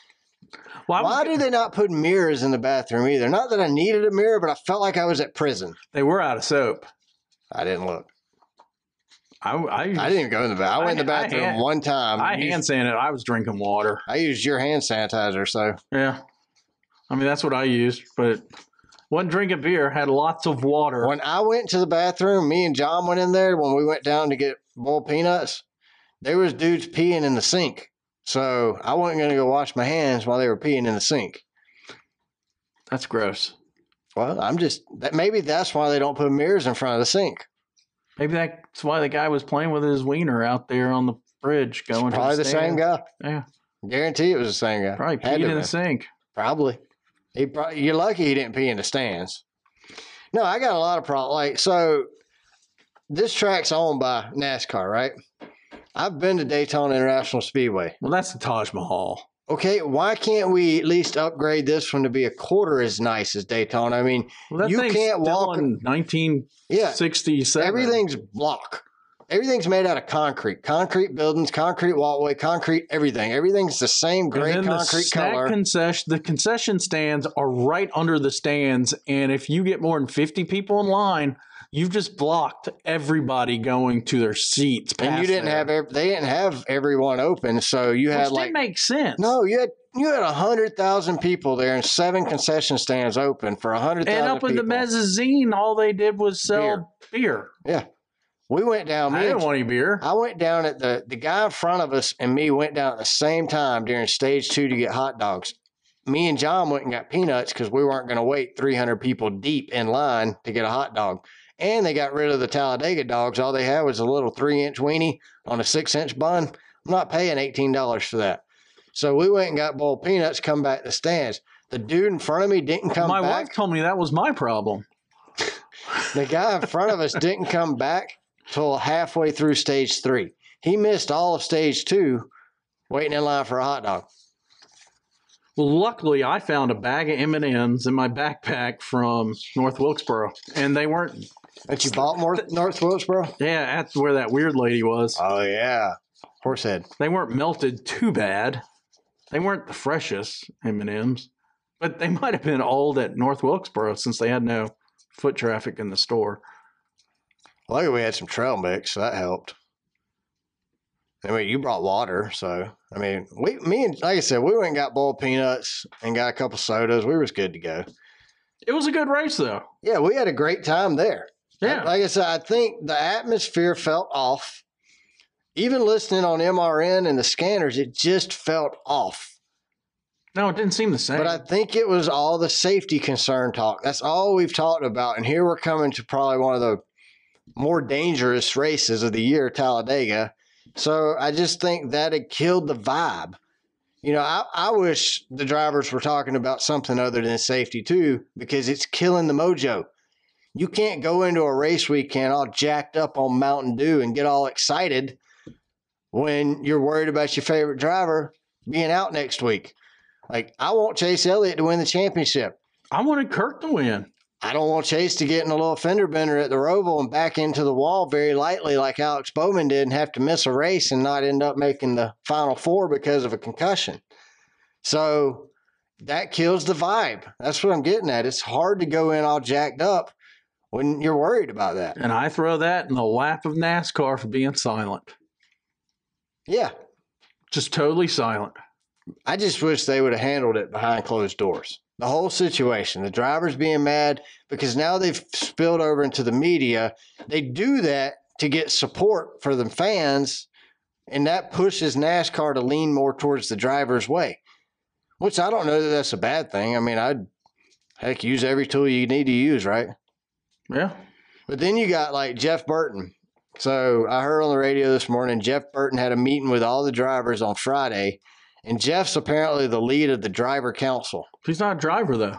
S1: Well, I was-
S3: Why do they not put mirrors in the bathroom either? Not that I needed a mirror, but I felt like I was at prison.
S1: they were out of soap.
S3: I didn't look.
S1: I, I,
S3: I didn't even go in the bathroom. I went in the
S1: I- I
S3: bathroom
S1: hand-
S3: one time.
S1: I
S3: used,
S1: hand sanit. I was drinking water.
S3: I used your hand sanitizer, so
S1: Yeah. I mean, that's what I used, but wasn't drinking beer, had lots of water.
S3: when I went to the bathroom, me and John went in there when we went down to get boiled peanuts. There was dudes peeing in the sink, so I wasn't going to go wash my hands while they were peeing in the sink.
S1: That's gross.
S3: Well, I'm just that maybe that's why they don't put mirrors in front of the sink.
S1: Maybe that's why the guy was playing with his wiener out there on the bridge going to
S3: Probably the same
S1: stand.
S3: guy.
S1: Yeah.
S3: guarantee it was the same guy.
S1: Probably
S3: Had
S1: peed
S3: to
S1: in
S3: be.
S1: the sink.
S3: Probably. He probably, you're lucky he didn't pee in the stands. No, I got a lot of problems. Like so, this track's owned by NASCAR, right? I've been to Daytona International Speedway.
S1: Well, that's the Taj Mahal.
S3: Okay, why can't we at least upgrade this one to be a quarter as nice as Daytona? I mean,
S1: Well, that
S3: You
S1: thing's
S3: can't
S1: still
S3: walk-
S1: in 1967.
S3: yeah, everything's block. Everything's made out of concrete. Concrete buildings, concrete walkway, concrete everything. Everything's the same
S1: And
S3: gray
S1: then the
S3: concrete
S1: snack
S3: color.
S1: Concession, the concession stands are right under the stands, and if you get more than fifty people in line, you've just blocked everybody going to their seats.
S3: and you
S1: past
S3: didn't
S1: there.
S3: have ev- they didn't have everyone open, so you
S1: which
S3: had
S1: didn't
S3: like
S1: make sense.
S3: No, you had you had hundred thousand people there and seven concession stands open for hundred thousand.
S1: and up in the
S3: people.
S1: mezzanine, all they did was sell beer.
S3: We went down.
S1: I
S3: Me and,
S1: didn't want any beer.
S3: I went down at the the guy in front of us and me went down at the same time during stage two to get hot dogs. Me and John went and got peanuts because we weren't going to wait three hundred people deep in line to get a hot dog. And they got rid of the Talladega dogs. All they had was a little three inch weenie on a six inch bun. I'm not paying eighteen dollars for that. So we went and got boiled peanuts. Come back to the stands. The dude in front of me didn't come
S1: my
S3: back.
S1: wife told me that was my problem.
S3: The guy in front of us didn't come back till halfway through stage three. He missed all of stage two, waiting in line for a hot dog.
S1: Well, luckily, I found a bag of M and M's in my backpack from North Wilkesboro, and they weren't.
S3: That you bought North, North Wilkesboro?
S1: Yeah, that's where that weird lady was.
S3: Oh yeah, Horsehead.
S1: they weren't melted too bad. They weren't the freshest M and M's, but they might have been old at North Wilkesboro since they had no foot traffic in the store.
S3: Luckily we had some trail mix, so that helped. I mean, you brought water, so I mean, we, me and like I said, we went and got boiled peanuts and got a couple sodas. We was good to go.
S1: It was a good race though.
S3: Yeah, we had a great time there.
S1: Yeah,
S3: Like I said, I think the atmosphere felt off. Even listening on MRN and the scanners, it just felt off.
S1: no, it didn't seem the same.
S3: But I think it was all the safety concern talk. That's all we've talked about. And here we're coming to probably one of the more dangerous races of the year, Talladega. So I just think that had killed the vibe. You know, I, I wish the drivers were talking about something other than safety too, because it's killing the mojo. You can't go into a race weekend all jacked up on Mountain Dew and get all excited when you're worried about your favorite driver being out next week. Like, I want Chase Elliott to win the championship.
S1: I wanted Kirk to win.
S3: I don't want Chase to get in a little fender bender at the Roval and back into the wall very lightly, like Alex Bowman did, and have to miss a race and not end up making the final four because of a concussion. So that kills the vibe. That's what I'm getting at. It's hard to go in all jacked up when you're worried about that.
S1: And I throw that in the lap of NASCAR for being silent.
S3: Yeah,
S1: Just totally silent.
S3: I just wish they would have handled it behind closed doors. The whole situation, the drivers being mad because now they've spilled over into the media. They do that to get support for the fans, and that pushes NASCAR to lean more towards the driver's way, which I don't know that that's a bad thing. I mean, I'd heck use every tool you need to use, right?
S1: Yeah.
S3: But then you got like Jeff Burton. So I heard on the radio this morning Jeff Burton had a meeting with all the drivers on Friday, and Jeff's apparently the lead of the driver council.
S1: He's not a driver, though.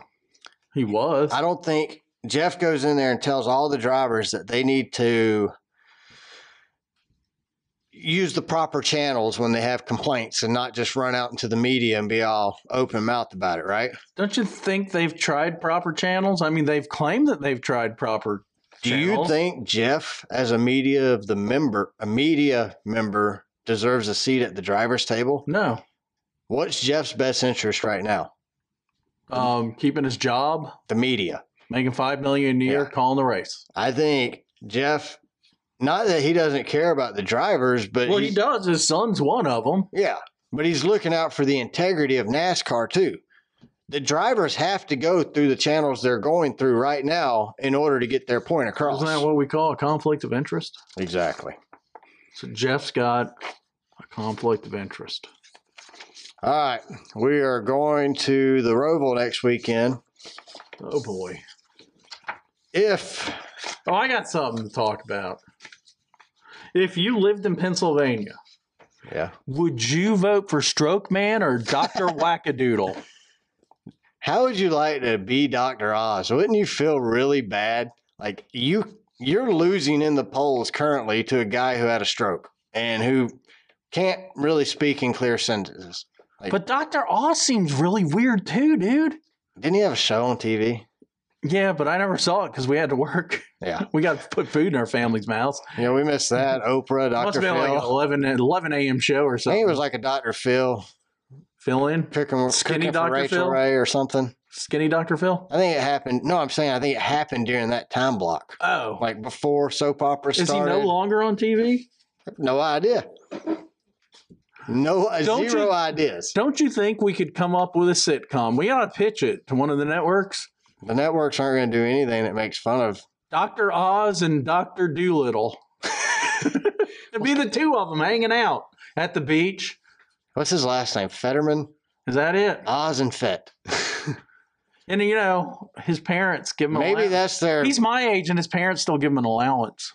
S1: He was.
S3: I don't think Jeff goes in there and tells all the drivers that they need to use the proper channels when they have complaints and not just run out into the media and be all open mouthed about it, right?
S1: Don't you think they've tried proper channels? I mean, they've claimed that they've tried proper
S3: Do you
S1: channels.
S3: think Jeff, as a media of the member, a media member, deserves a seat at the driver's table?
S1: No.
S3: What's Jeff's best interest right now?
S1: Um, keeping his job,
S3: The media.
S1: making five million a year,
S3: Yeah.
S1: calling the race.
S3: I think Jeff, not that he doesn't care about the drivers, but
S1: Well,
S3: he-
S1: he does. His son's one of them.
S3: yeah, but he's looking out for the integrity of NASCAR too. The drivers have to go through the channels they're going through right now in order to get their point across.
S1: Isn't that what we call a conflict of interest?
S3: exactly.
S1: So Jeff's got a conflict of interest.
S3: All right, we are going to the Roval next weekend.
S1: Oh boy.
S3: If
S1: Oh, I got something to talk about. If you lived in Pennsylvania,
S3: yeah,
S1: would you vote for Stroke Man or Doctor Wackadoodle?
S3: How would you like to be Dr. Oz? Wouldn't you feel really bad? Like you you're losing in the polls currently to a guy who had a stroke and who can't really speak in clear sentences.
S1: But Doctor Oz seems really weird too, dude.
S3: Didn't he have a show on TV?
S1: Yeah, but I never saw it because we had to work.
S3: Yeah.
S1: We got to put food in our families' mouths.
S3: Yeah, we missed that. Oprah,
S1: Must
S3: Dr.
S1: have been
S3: Phil.
S1: like an 11, 11 a.m. show or
S3: I
S1: something.
S3: think it was like a Dr. Phil
S1: Fill in?
S3: cooking,
S1: Skinny
S3: cooking
S1: Dr.
S3: for Rachel
S1: Phil?
S3: Ray or something.
S1: Skinny Dr. Phil?
S3: I think it happened. No, I'm saying I think it happened during that time block.
S1: Oh.
S3: Like before soap opera
S1: Is
S3: started.
S1: he no longer on TV?
S3: No idea. No uh,
S1: Don't
S3: zero
S1: you-
S3: ideas.
S1: Don't you think we could come up with a sitcom? We ought to pitch it to one of the networks.
S3: The networks aren't going to do anything that makes fun of.
S1: Dr. Oz and Dr. Doolittle. to be the two of them hanging out at the beach.
S3: What's his last name? Fetterman,
S1: Is that it?
S3: Oz and Fett.
S1: And you know, his parents give him
S3: Maybe
S1: an allowance.
S3: that's their.
S1: He's my age and his parents still give him an allowance.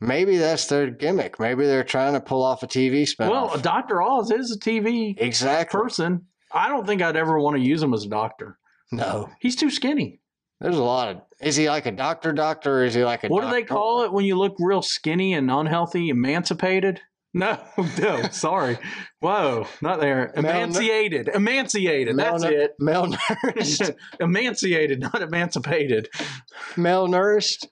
S3: Maybe that's their gimmick. Maybe they're trying to pull off a TV spinoff.
S1: Well, Dr. Oz is a TV
S3: exactly.
S1: person. I don't think I'd ever want to use him as a doctor.
S3: No,
S1: He's too skinny.
S3: there's a lot of. Is he like a doctor? Doctor? Or is he like a?
S1: What do they call it when you look real skinny and unhealthy? Emancipated? No, no, sorry. Whoa, not there.
S3: Malnu-
S1: Emanciated. Emanciated. That's it.
S3: Malnourished.
S1: emaciated, not emancipated.
S3: malnourished.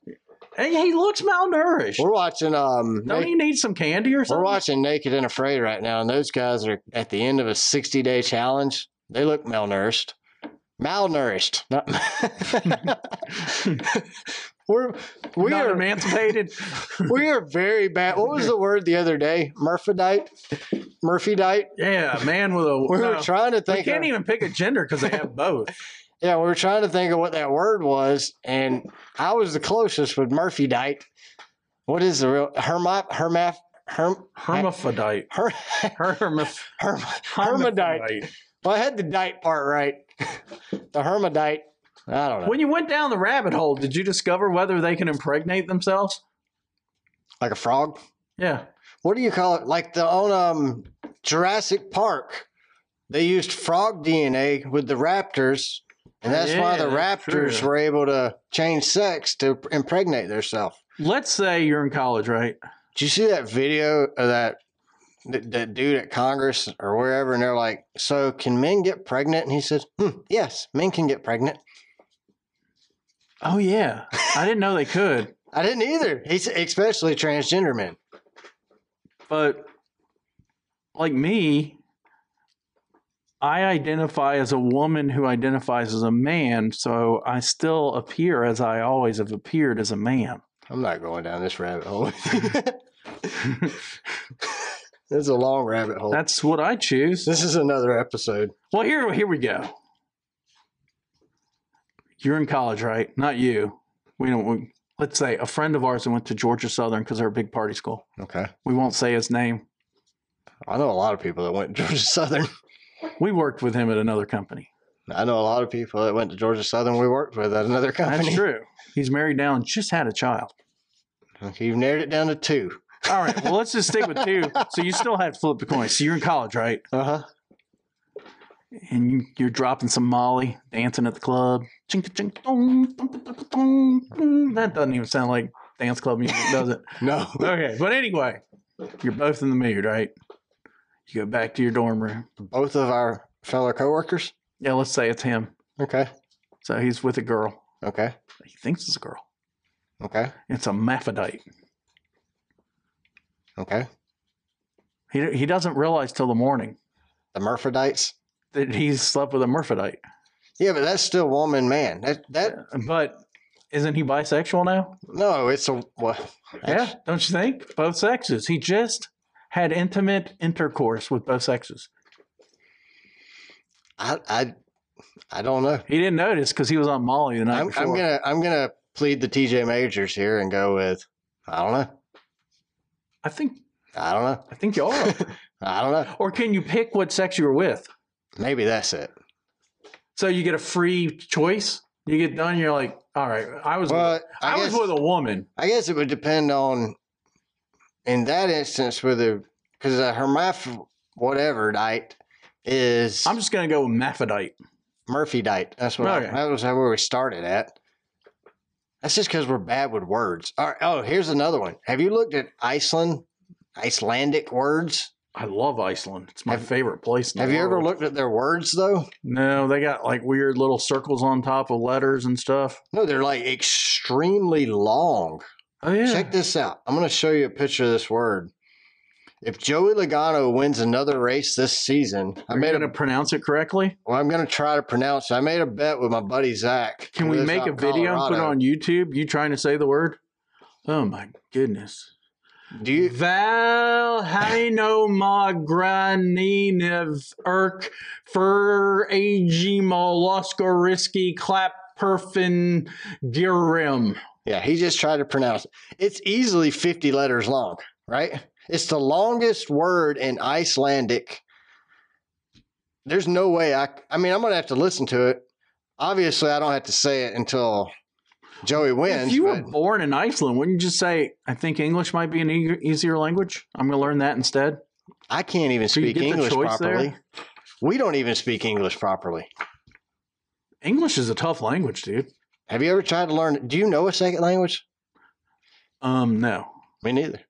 S1: Hey, he looks malnourished.
S3: We're watching. Um,
S1: Don't
S3: Naked-
S1: he need some candy or something?
S3: we're watching Naked and Afraid right now, and those guys are at the end of a 60 day challenge. They look malnourished. Malnourished. Not- we're we
S1: Not
S3: are
S1: emancipated.
S3: we are very bad. What was the word the other day? Murphydite? Murphydite?
S1: yeah, man with a.
S3: We
S1: no.
S3: were trying to
S1: they
S3: think
S1: can't
S3: of,
S1: even pick a gender because they have both.
S3: Yeah, we were trying to think of what that word was, and I was the closest with Murphydite. What is the real hermap hermaph herm
S1: Hermaphrodite.
S3: her,
S1: Hermaph-
S3: herm
S1: hermaphrodite.
S3: Well, I had the dite part right. the hermidite. I don't know.
S1: When you went down the rabbit hole, did you discover whether they can impregnate themselves?
S3: Like a frog.
S1: Yeah.
S3: What do you call it? Like the on um, Jurassic Park, they used frog DNA with the raptors And that's why the
S1: Yeah, that's
S3: Raptors
S1: true.
S3: were able to change sex to impregnate themselves.
S1: Let's say you're in college, right?
S3: Did you see that video of that, that that dude at Congress or wherever? And they're like, "So can men get pregnant?" And he says, hmm, "Yes, men can get pregnant."
S1: Oh yeah, I didn't know they could,
S3: I didn't either. He's especially transgender men.
S1: but like me, I identify as a woman who identifies as a man, so I still appear as I always have appeared as a man.
S3: I'm not going down this rabbit hole. this is a long rabbit hole.
S1: That's what I choose.
S3: this is another episode.
S1: Well, here, here we go. You're in college, right? Not you. We don't. We, let's say a friend of ours that went to Georgia Southern because they're a big party school.
S3: Okay,
S1: We won't say his name.
S3: I know a lot of people that went to Georgia Southern.
S1: We worked with him at another company.
S3: I know a lot of people that went to Georgia Southern. We worked with at another company.
S1: That's true. He's married now and just had a child.
S3: Okay, you've narrowed it down to two.
S1: All right. Well, let's just stick with two. So you still had to flip the coin. So you're in college, right?
S3: Uh huh.
S1: And you, you're dropping some Molly, dancing at the club. Chink chink dong, dong, dong, dong, dong. That doesn't even sound like dance club music, does it?
S3: No.
S1: Okay, but anyway, you're both in the mood, right? You go back to your dorm room.
S3: Both of our fellow coworkers.
S1: Yeah, let's say it's him.
S3: Okay.
S1: So he's with a girl.
S3: Okay.
S1: He thinks it's a girl.
S3: Okay.
S1: It's a maphrodite.
S3: Okay.
S1: He, he doesn't realize till the morning
S3: The Murphydites.
S1: that he's slept with a Murphidite.
S3: Yeah, but that's still woman man. That that
S1: But isn't he bisexual now?
S3: no, it's a well,
S1: Yeah, don't you think? Both sexes. He just had intimate intercourse with both sexes.
S3: I I I don't know.
S1: He didn't notice because he was on Molly the night
S3: I'm,
S1: before.
S3: I'm gonna I'm gonna plead the TJ Majors here and go with I don't know.
S1: I think
S3: I don't know.
S1: I think you are.
S3: I don't know.
S1: or can you pick what sex you're with?
S3: Maybe that's it.
S1: So you get a free choice. You get done. You're like, all right, I was with,
S3: Well,
S1: I,
S3: I, guess,
S1: was with a woman.
S3: I guess it would depend on in that instance whether because a hermaph whatever dite is
S1: I'm just gonna go with Maphrodite.
S3: Murphy Dite. That's what I-
S1: Okay.
S3: that was where we started at. That's just because we're bad with words. All right. Oh, here's another one. Have you looked at Iceland, Icelandic words?
S1: I love Iceland. It's my
S3: Have-
S1: favorite place. In the
S3: Have you ever
S1: world.
S3: looked at their words though?
S1: No, they got like weird little circles on top of letters and stuff.
S3: No, they're like extremely long.
S1: Oh yeah.
S3: Check this out. I'm going to show you a picture of this word. If Joey Logano wins another race this season, I
S1: Are you
S3: made a
S1: gonna pronounce it correctly?
S3: Well, I'm gonna try to pronounce it. I made a bet with my buddy Zach.
S1: Can
S3: who
S1: we
S3: lives
S1: make
S3: out
S1: a
S3: in
S1: video and put it
S3: Colorado.
S1: on YouTube? You trying to say the word? Oh my goodness.
S3: Do you?
S1: Valhainomograninev Erk Fer Agimoloskoriski Clap Perfin Girim.
S3: Yeah, he just tried to pronounce it. It's easily 50 letters long, right? It's the longest word in Icelandic. There's no way I. I mean, I'm gonna have to listen to it. Obviously, I don't have to say it until Joey wins.
S1: If you were
S3: but
S1: born in Iceland, wouldn't you just say, I think English might be an e- easier language? I'm going to learn that instead.
S3: I can't even
S1: So you
S3: speak
S1: get the
S3: English
S1: choice there?
S3: properly. We don't even speak English properly.
S1: English is a tough language, dude.
S3: Have you ever tried to learn? Do you know a second language?
S1: Um, no.
S3: Me neither.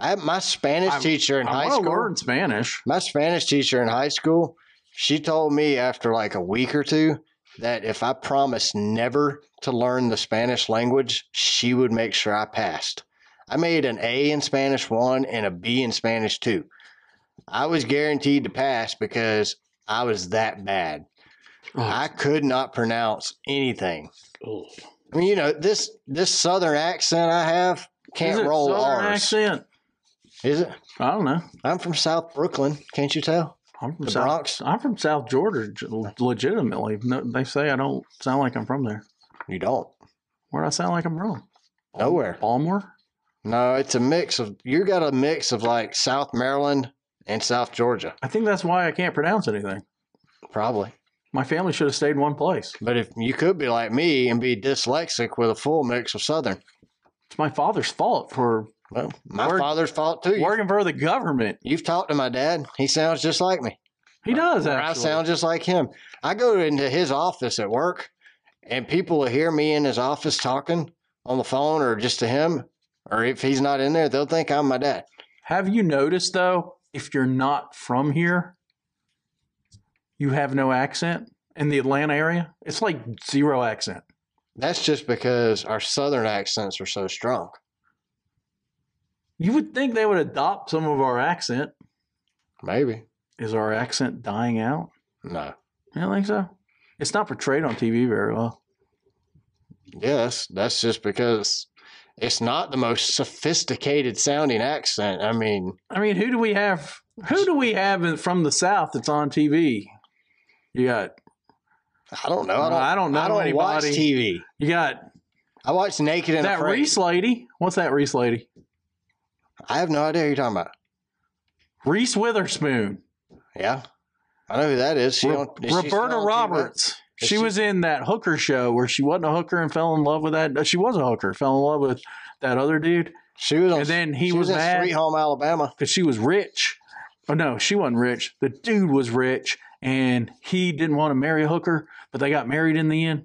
S3: I, my Spanish
S1: I-
S3: teacher in
S1: I
S3: high
S1: want to
S3: school.
S1: learn Spanish.
S3: My Spanish teacher in high school, she told me after like a week or two that if I promised never to learn the Spanish language, she would make sure I passed. I made an A in Spanish 1 and a B in Spanish 2. I was guaranteed to pass because I was that bad.
S1: Ugh.
S3: I could not pronounce anything.
S1: Ugh.
S3: I mean, you know, this this southern accent I have
S1: Is
S3: can't
S1: it
S3: roll
S1: Southern
S3: R's.
S1: accent?
S3: Is it?
S1: I don't know.
S3: I'm from South Brooklyn, can't you tell?
S1: I'm from
S3: The
S1: South,
S3: Bronx?
S1: I'm from South Georgia, g- legitimately. No, they say I don't sound like I'm from there.
S3: You don't.
S1: Where do I sound like I'm from?
S3: Nowhere.
S1: Baltimore?
S3: No, it's a mix of you got a mix of like South Maryland and South Georgia,
S1: I think that's why I can't pronounce anything.
S3: probably.
S1: My family should have stayed in one place.
S3: But if you could be like me and be dyslexic with a full mix of Southern,
S1: It's my father's fault for
S3: well, my
S1: Work-
S3: father's fault too.
S1: working for the government.
S3: You've talked to my dad; he sounds just like me.
S1: He does
S3: Or I
S1: actually.
S3: sound just like him. I go into his office at work, and people will hear me in his office talking on the phone or just to him. Or if he's not in there, they'll think I'm my dad.
S1: Have you noticed though, if you're not from here, you have no accent in the Atlanta area? It's like zero accent.
S3: That's just because our southern accents are so strong.
S1: You would think they would adopt some of our accent.
S3: Maybe.
S1: Is our accent dying out?
S3: No.
S1: I don't think so. It's not portrayed on TV very well.
S3: Yes, that's just because it's not the most sophisticated sounding accent. I mean,
S1: I mean, who do we have? Who do we have in, from the South that's on TV? You got
S3: I don't know. I don't,
S1: I don't know
S3: I don't watch
S1: anybody.
S3: TV.
S1: you got
S3: I watch Naked and
S1: that
S3: Afraid.
S1: Reese lady. What's that Reese lady?
S3: I have no idea who you're talking about.
S1: Reese Witherspoon.
S3: Yeah. I know who that is. She
S1: Re-
S3: don't, is she still
S1: Roberta
S3: on TV?
S1: Roberts.
S3: Is
S1: She,
S3: she-
S1: was in that hooker show where she wasn't a hooker and fell in love with that. no, She was a hooker, fell in love with that other dude
S3: She was on.
S1: And then he
S3: she
S1: was
S3: in
S1: mad.
S3: Sweet Home Alabama.
S1: because she was rich. Oh no, she wasn't rich. The dude was rich, and he didn't want to marry a hooker, but they got married in the end.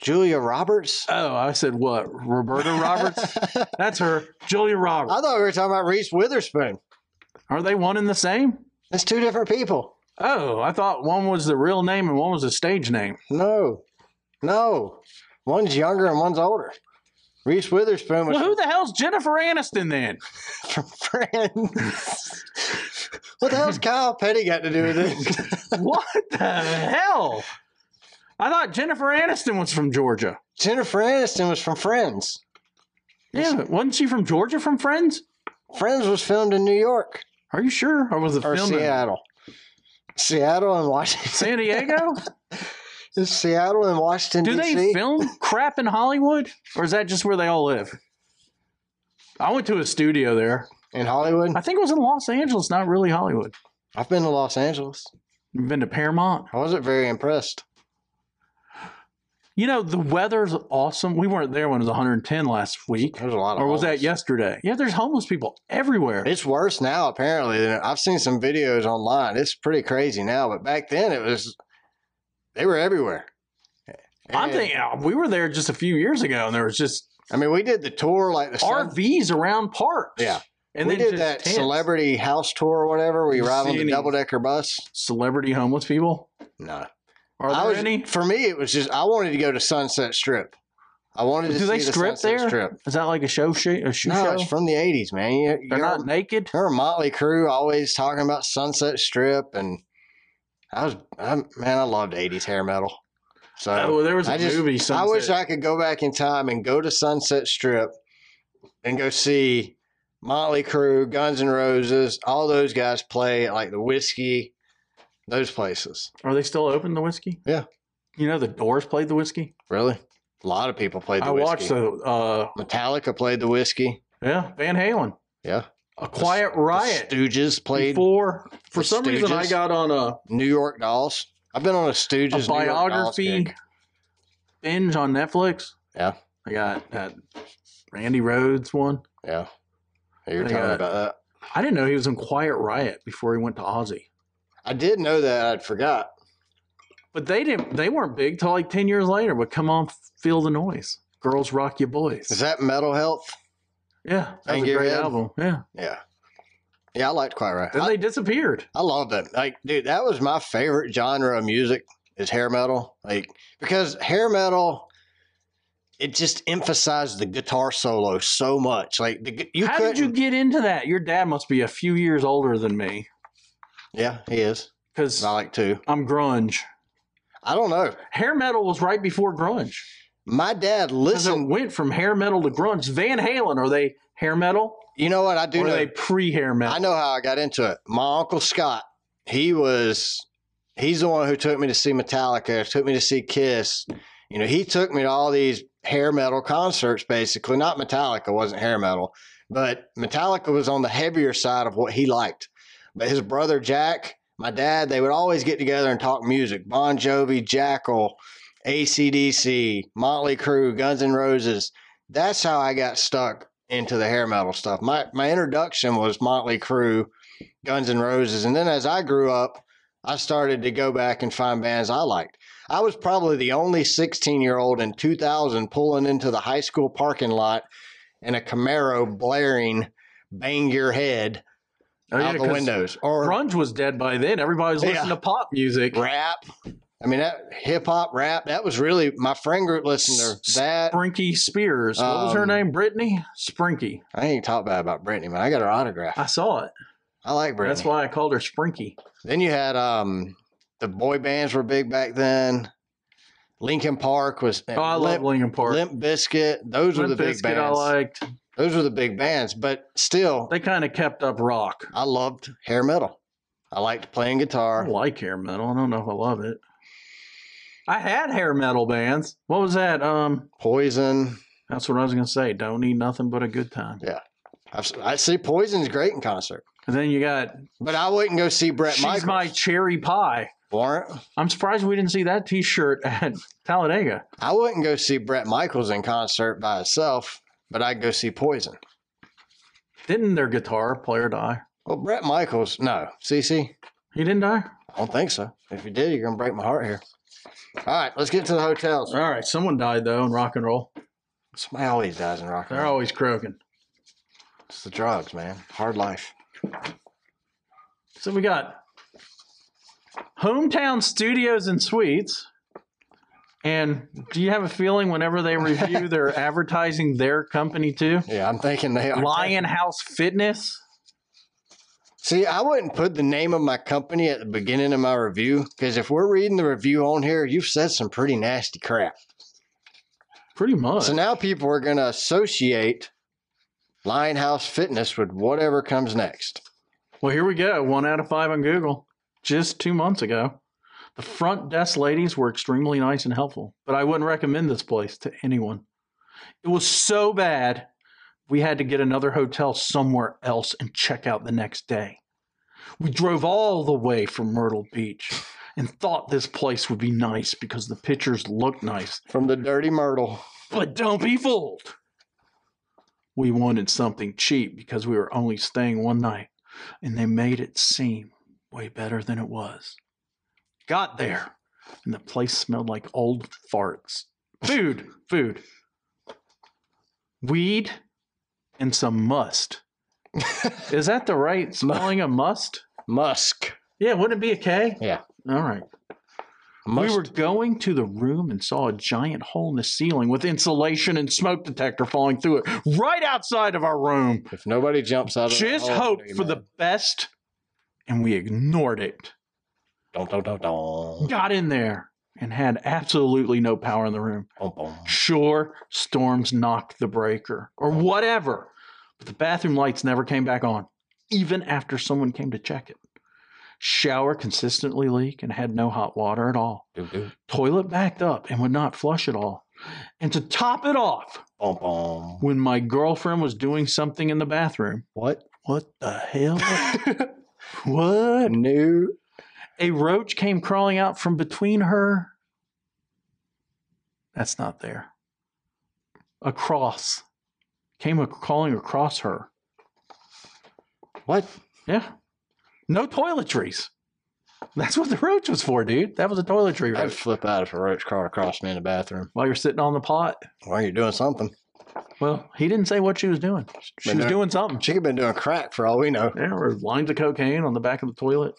S3: Julia Roberts.
S1: Oh, I said what? Roberta Roberts.
S3: I
S1: That's her. Julia Roberts.
S3: thought we were talking about Reese Witherspoon.
S1: Are they one and the same?
S3: That's two different people.
S1: Oh, I thought one was the real name and one was a stage name.
S3: No, no. One's younger and one's older. Reese Witherspoon was
S1: Well, who the hell's Jennifer Aniston then?
S3: from Friends. what the hell's Kyle Petty got to do with it?
S1: what the hell? I thought Jennifer Aniston was from Georgia.
S3: Jennifer Aniston was from Friends.
S1: Yeah, but wasn't she from Georgia from Friends?
S3: Friends was filmed in New York
S1: Are you sure? Or was it
S3: or
S1: filmed in
S3: Seattle. Seattle and Washington.
S1: San Diego?
S3: Seattle and Washington
S1: Do
S3: D.C.
S1: they film crap in Hollywood? Or is that just where they all live? I went to a studio there.
S3: in Hollywood.
S1: I think it was in Los Angeles, not really Hollywood.
S3: I've been to Los Angeles.
S1: You've been to Paramount?
S3: I wasn't very impressed.
S1: You know, the weather's awesome. We weren't there when it was 110 last week.
S3: There's a lot of.
S1: Or was that
S3: homeless.
S1: yesterday? Yeah, there's homeless people everywhere.
S3: It's worse now, apparently. Than I've seen some videos online. It's pretty crazy now, but back then it was. They were everywhere.
S1: I'm
S3: And-
S1: thinking uh, we were there just a few years ago and there was just
S3: I mean, we did the tour like the sun-
S1: RVs around parks.
S3: Yeah.
S1: And
S3: we
S1: then
S3: did
S1: just
S3: that
S1: tents.
S3: celebrity house tour or whatever. We
S1: Did you
S3: ride on
S1: see
S3: the
S1: any-
S3: double decker bus.
S1: celebrity homeless people.
S3: No,
S1: Are
S3: I
S1: there
S3: was,
S1: any?
S3: For me, it was just I wanted to go to Sunset Strip. I wanted to
S1: Do
S3: see
S1: they
S3: the
S1: strip
S3: Sunset
S1: there?
S3: Strip.
S1: Is that like a show shoot? A shoe
S3: no,
S1: show?
S3: it's from the '80s, man. You,
S1: They're
S3: you're-
S1: not naked.
S3: her and Motley Crue always talking about Sunset Strip, and I was I, man, I loved '80s hair metal. So
S1: Oh, well, there was a
S3: I just-
S1: movie.
S3: I
S1: Sunset.
S3: wish I could go back in time and go to Sunset Strip and go see Motley Crue, Guns N' Roses, all those guys play at, like the whiskey, those places.
S1: Are they still open the whiskey?
S3: Yeah.
S1: You know the Doors played the whiskey.
S3: Really, a lot of people played the
S1: I
S3: whiskey.
S1: watched the. Uh,
S3: Metallica played the whiskey.
S1: yeah, Van Halen.
S3: Yeah,
S1: A Quiet Riot.
S3: The Stooges played
S1: before, for
S3: the
S1: some reason, I
S3: Stooges.
S1: got on a,
S3: New York Dolls. I've been on a Stooges
S1: a
S3: New York Dolls
S1: biography
S3: kick.
S1: binge on Netflix.
S3: Yeah.
S1: I got that Randy Rhodes one.
S3: Yeah. You're
S1: They
S3: talking
S1: got-
S3: about that.
S1: I didn't know he was in Quiet Riot before he went to Ozzy.
S3: I did know that. I'd forgot.
S1: But they didn't. They weren't big till like ten years later. But come on, feel the noise. Girls rock your boys.
S3: Is that Metal Health?
S1: yeah, that was
S3: Thank
S1: a
S3: you,
S1: great
S3: Ed.
S1: album. Yeah.
S3: Yeah. Yeah, I liked Quiet Riot.
S1: Then
S3: I,
S1: they disappeared.
S3: I loved it. Like, dude, that was my favorite genre of music is hair metal. Like, because hair metal, it just emphasized the guitar solo so much. Like, the, gu- you
S1: How
S3: couldn't.
S1: did you get into that? Your dad must be a few years older than me
S3: yeah, he is.
S1: because
S3: I like too.
S1: I'm grunge.
S3: I don't know.
S1: Hair metal was right before grunge.
S3: My dad
S1: 'Cause it
S3: listened.
S1: went from hair metal to grunge. Van Halen, are they hair metal?
S3: You know what? I do
S1: or are
S3: know.
S1: they pre hair metal?
S3: I know how I got into it. My uncle Scott, he was he's the one who took me to see Metallica, took me to see Kiss. You know, he took me to all these hair metal concerts basically. Not Metallica, wasn't hair metal, but Metallica was on the heavier side of what he liked. But his brother Jack, my dad, they would always get together and talk music. Bon Jovi, Jackal, ACDC, Motley Crue, Guns N' Roses. That's how I got stuck into the hair metal stuff. My my introduction was Motley Crue, Guns N' Roses, and then as I grew up, I started to go back and find bands I liked. I was probably the only 16 year old in 2000 pulling into the high school parking lot in a Camaro blaring "Bang Your Head"
S1: Oh, yeah,
S3: out the
S1: 'cause
S3: windows or
S1: Grunge was dead by then. Everybody was listening
S3: Yeah.
S1: to pop music.
S3: rap. I mean, that hip hop rap. That was really my friend group listened
S1: S-
S3: to that.
S1: Sprinky Spears. What was her
S3: Um,
S1: name? Brittany Sprinky.
S3: I ain't talk bad about Britney, man. I got her autograph.
S1: I saw it.
S3: I like Britney.
S1: That's why I called her Sprinky.
S3: Then you had um the boy bands were big back then. Linkin Park was uh,
S1: Oh, I love Lincoln Park.
S3: Limp Biscuit. Those were the
S1: Limp
S3: big
S1: Bizkit I
S3: bands.
S1: liked.
S3: Those were the big bands, but still,
S1: They kind of kept up rock.
S3: I loved hair metal. I liked playing
S1: I
S3: guitar.
S1: like hair metal. I don't know if I love it. I had hair metal bands. What was that? Um,
S3: Poison.
S1: that's what I was gonna say. Don't need nothing but a good time.
S3: I've, s- I see Poison's great in concert,
S1: And then you got
S3: but I wouldn't go see Brett
S1: she's
S3: Michaels.
S1: my cherry pie.
S3: Warrant.
S1: I'm surprised we didn't see that T-shirt at Talladega.
S3: I wouldn't go see Brett Michaels in concert by itself, but I'd go see Poison.
S1: Didn't their guitar player die?
S3: Well, Brett Michaels, no. CC,
S1: He didn't die.
S3: I don't think so. If you did, you're gonna break my heart here. All right, let's get to the hotels.
S1: All right, someone died though in rock and roll.
S3: Somebody always dies in rock and
S1: They're
S3: roll.
S1: always croaking.
S3: It's the drugs, man. Hard life.
S1: So we got Hometown Studios and Suites. And do you have a feeling whenever they review they're advertising their company too?
S3: Yeah, I'm thinking they are.
S1: Lion House Fitness.
S3: See, I wouldn't put the name of my company at the beginning of my review because if we're reading the review on here, you've said some pretty nasty crap.
S1: Pretty much.
S3: So now people are gonna associate Lionhouse Fitness with whatever comes next.
S1: well, here we go. One out of five on Google. Just two months ago. The front desk ladies were extremely nice and helpful, but I wouldn't recommend this place to anyone. It was so bad, we had to get another hotel somewhere else and check out the next day. We drove all the way from Myrtle Beach and thought this place would be nice because the pictures looked nice.
S3: From the Dirty Myrtle.
S1: But don't be fooled. We wanted something cheap because we were only staying one night, and they made it seem way better than it was. Got there, and the place smelled like old farts. Food, food, weed, and some must. Is that the right smelling of must?
S3: Musk.
S1: Yeah, wouldn't it be a K?
S3: Yeah.
S1: All right.
S3: Musk.
S1: We were going to the room and saw a giant hole in the ceiling with insulation and smoke detector falling through it right outside of our room.
S3: if nobody jumps out of
S1: Just
S3: the
S1: hope for the best, and we ignored it.
S3: don't don't don't don't.
S1: Got in there and had absolutely no power in the room. Sure, storms knocked the breaker or whatever, but the bathroom lights never came back on, even after someone came to check it. Shower consistently leaked and had no hot water at all. toilet backed up and would not flush at all. And to top it off, when my girlfriend was doing something in the bathroom,
S3: What?
S1: what the hell? what?
S3: New
S1: A roach came crawling out from between her. That's not there. A cross came a- crawling across her.
S3: what?
S1: Yeah. No toiletries. That's what the roach was for, dude. That was a toiletry
S3: I'd
S1: roach.
S3: flip out if a roach crawled across me in the bathroom.
S1: While you're sitting on the pot.
S3: Why are you doing something?
S1: Well, he didn't say what she was doing. She
S3: Been
S1: was
S3: there.
S1: doing something.
S3: She could have been doing crack for all we know,
S1: There were lines of cocaine on the back of the toilet.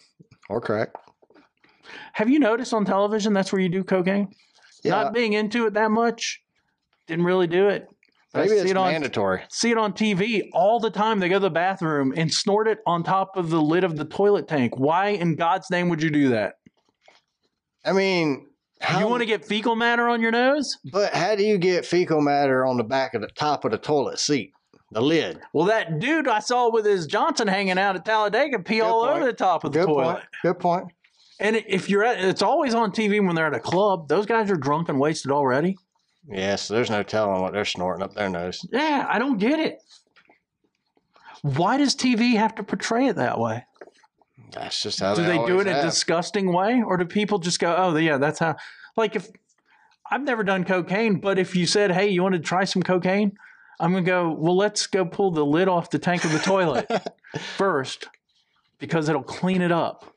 S3: or crack.
S1: Have you noticed on television that's where you do cocaine? Not being into it that much, didn't really do it. I
S3: maybe
S1: see
S3: it's
S1: it on-
S3: mandatory.
S1: See it on TV all the time. They go to the bathroom and snort it on top of the lid of the toilet tank. Why in God's name would you do that?
S3: I mean, how,
S1: you want to get fecal matter on your nose?
S3: But how do you get fecal matter on the back of the top of the toilet seat, the lid?
S1: Well, that dude I saw with his Johnson hanging out at Talladega pee
S3: Good
S1: all
S3: point.
S1: over the top of the
S3: Good
S1: toilet.
S3: point. Good point.
S1: And if you're at, it's always on TV when they're at a club. Those guys are drunk and wasted already.
S3: Yes, there's no telling what they're snorting up their nose.
S1: Yeah, I don't get it. Why does TV have to portray it that way?
S3: That's just how
S1: Do
S3: they,
S1: they do
S3: always
S1: it in a
S3: have.
S1: disgusting way, or do people just go, "Oh, yeah, that's how"? Like, if I've never done cocaine, but if you said, "Hey, you want to try some cocaine?" I'm gonna go. Well, let's go pull the lid off the tank of the toilet first, because it'll clean it up.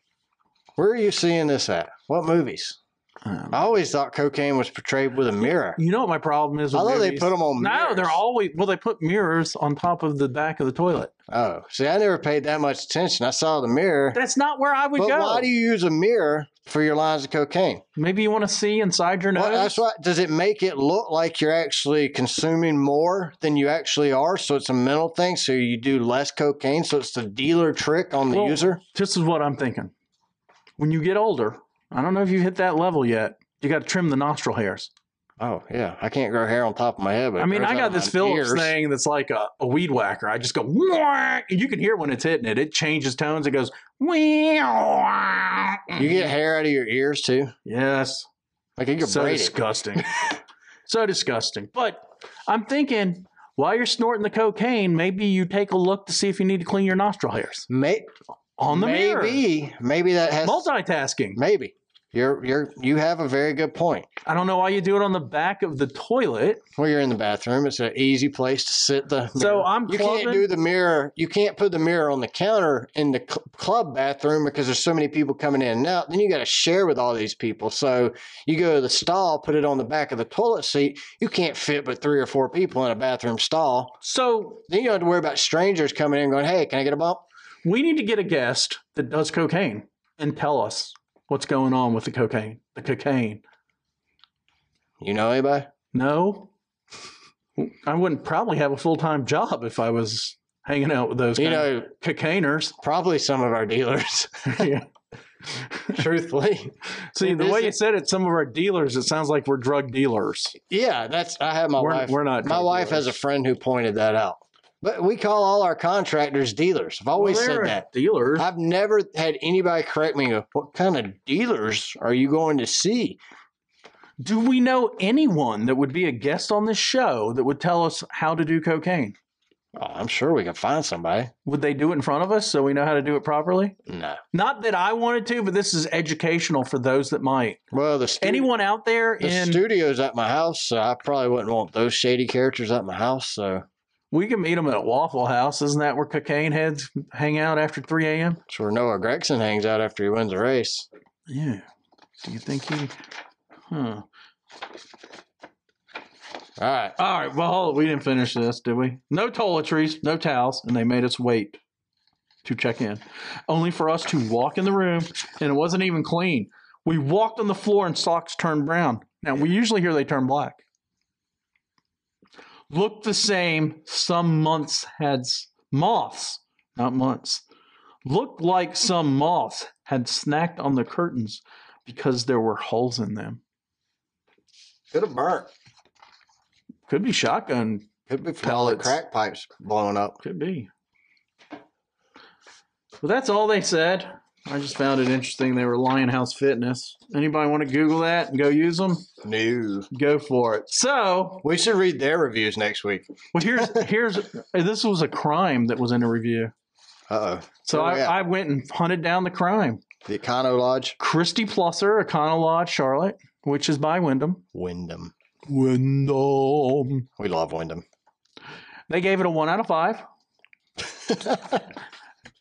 S3: Where are you seeing this at? What movies?
S1: Um,
S3: I always thought cocaine was portrayed with a mirror.
S1: you know what my problem is?
S3: I
S1: With
S3: thought they
S1: movies?
S3: put them on.
S1: No, they're
S3: mirrors.
S1: always well. They put mirrors on top of the back of the toilet.
S3: Oh, see, I never paid that much attention. I saw the mirror.
S1: That's not where I would
S3: But
S1: go.
S3: why do you use a mirror for your lines of cocaine?
S1: Maybe you want to see inside your nose.
S3: Well, that's why. Does it make it look like you're actually consuming more than you actually are? So it's a mental thing. So you do less cocaine. So it's the dealer trick on the
S1: Well-
S3: user.
S1: This is what I'm thinking. When you get older, I don't know if you hit that level yet. You got to trim the nostril hairs.
S3: Oh yeah, I can't grow hair on top of my head. But it
S1: I mean,
S3: grows
S1: I
S3: out
S1: got
S3: of
S1: this
S3: my
S1: Phillips
S3: ears.
S1: thing that's like a, a weed whacker. I just go, "Whack," and you can hear when it's hitting it. It changes tones. It goes,
S3: You get hair out of your ears too.
S1: yes.
S3: Like you can
S1: Mm-hmm. So
S3: braid it.
S1: disgusting. so disgusting. But I'm thinking while you're snorting the cocaine, maybe you take a look to see if you need to clean your nostril hairs
S3: May-
S1: on the mirror.
S3: maybe, maybe that has
S1: Multitasking.
S3: maybe. You're you're you have a very good point.
S1: I don't know why you do it on the back of the toilet.
S3: Well, you're in the bathroom. It's an easy place to sit the.
S1: So
S3: mirror.
S1: I'm
S3: You
S1: clubbing-
S3: can't do the mirror. You can't put the mirror on the counter in the cl- club bathroom because there's so many people coming in and out. Then you got to share with all these people. So you go to the stall, put it on the back of the toilet seat. You can't fit but three or four people in a bathroom stall.
S1: So
S3: Then you don't have to worry about strangers coming in and going, "Hey, can I get a bump?"
S1: we need to get a guest that does cocaine and tell us what's going on with the cocaine. The cocaine.
S3: You know anybody?
S1: No, I wouldn't probably have a full time job if I was hanging out with those
S3: You
S1: kind
S3: know,
S1: of cocainers.
S3: probably some of our dealers.
S1: Yeah.
S3: truthfully,
S1: See,
S3: It
S1: the way
S3: isn't-
S1: you said it, some of our dealers, it sounds like we're drug dealers.
S3: yeah, that's. I have my
S1: we're,
S3: wife.
S1: we're not.
S3: My
S1: drug
S3: wife has a
S1: dealers.
S3: friend who pointed that out. But we call all our contractors dealers. I've always
S1: Well, they're
S3: said that.
S1: Dealers.
S3: I've never had anybody correct me and go, What kind of dealers are you going to see?
S1: Do we know anyone that would be a guest on this show that would tell us how to do cocaine?
S3: Oh, I'm sure we can find somebody.
S1: Would they do it in front of us so we know how to do it properly?
S3: No.
S1: Not that I wanted to, but this is educational for those that might.
S3: Well, the, stu-
S1: Anyone out there
S3: the
S1: in
S3: studio's at my house, so I probably wouldn't want those shady characters at my house. So
S1: We can meet them at Waffle House. Isn't that where cocaine heads hang out after 3 a.m.?
S3: it's where Noah Gregson hangs out after he wins a race.
S1: Yeah. Do you think he. Huh.
S3: All right.
S1: All right. Well, hold- we didn't finish this, did we? No toiletries, no towels, and they made us wait to check in, only for us to walk in the room, and it wasn't even clean. We walked on the floor and socks turned brown. Now, we usually hear they turn black. Looked the same. Some months had s- moths, not months. Looked like some moths had snacked on the curtains because there were holes in them.
S3: Could have burnt.
S1: Could be shotgun
S3: Could be from all the
S1: Pellets.
S3: crack pipes blowing up.
S1: Could be. Well, that's all they said. I just found it interesting. They were Lionhouse Fitness. Anybody want to Google that and go use them?
S3: No.
S1: Go for it. So,
S3: We should read their reviews next week.
S1: well, here's here's this was a crime that was in a review.
S3: Uh oh.
S1: So
S3: Oh,
S1: I,
S3: yeah.
S1: I went and hunted down the crime.
S3: The Econo Lodge,
S1: Christy Plusser, Econo Lodge, Charlotte, which is by Wyndham.
S3: Wyndham.
S1: Wyndham.
S3: We love Wyndham.
S1: They gave it a one out of five.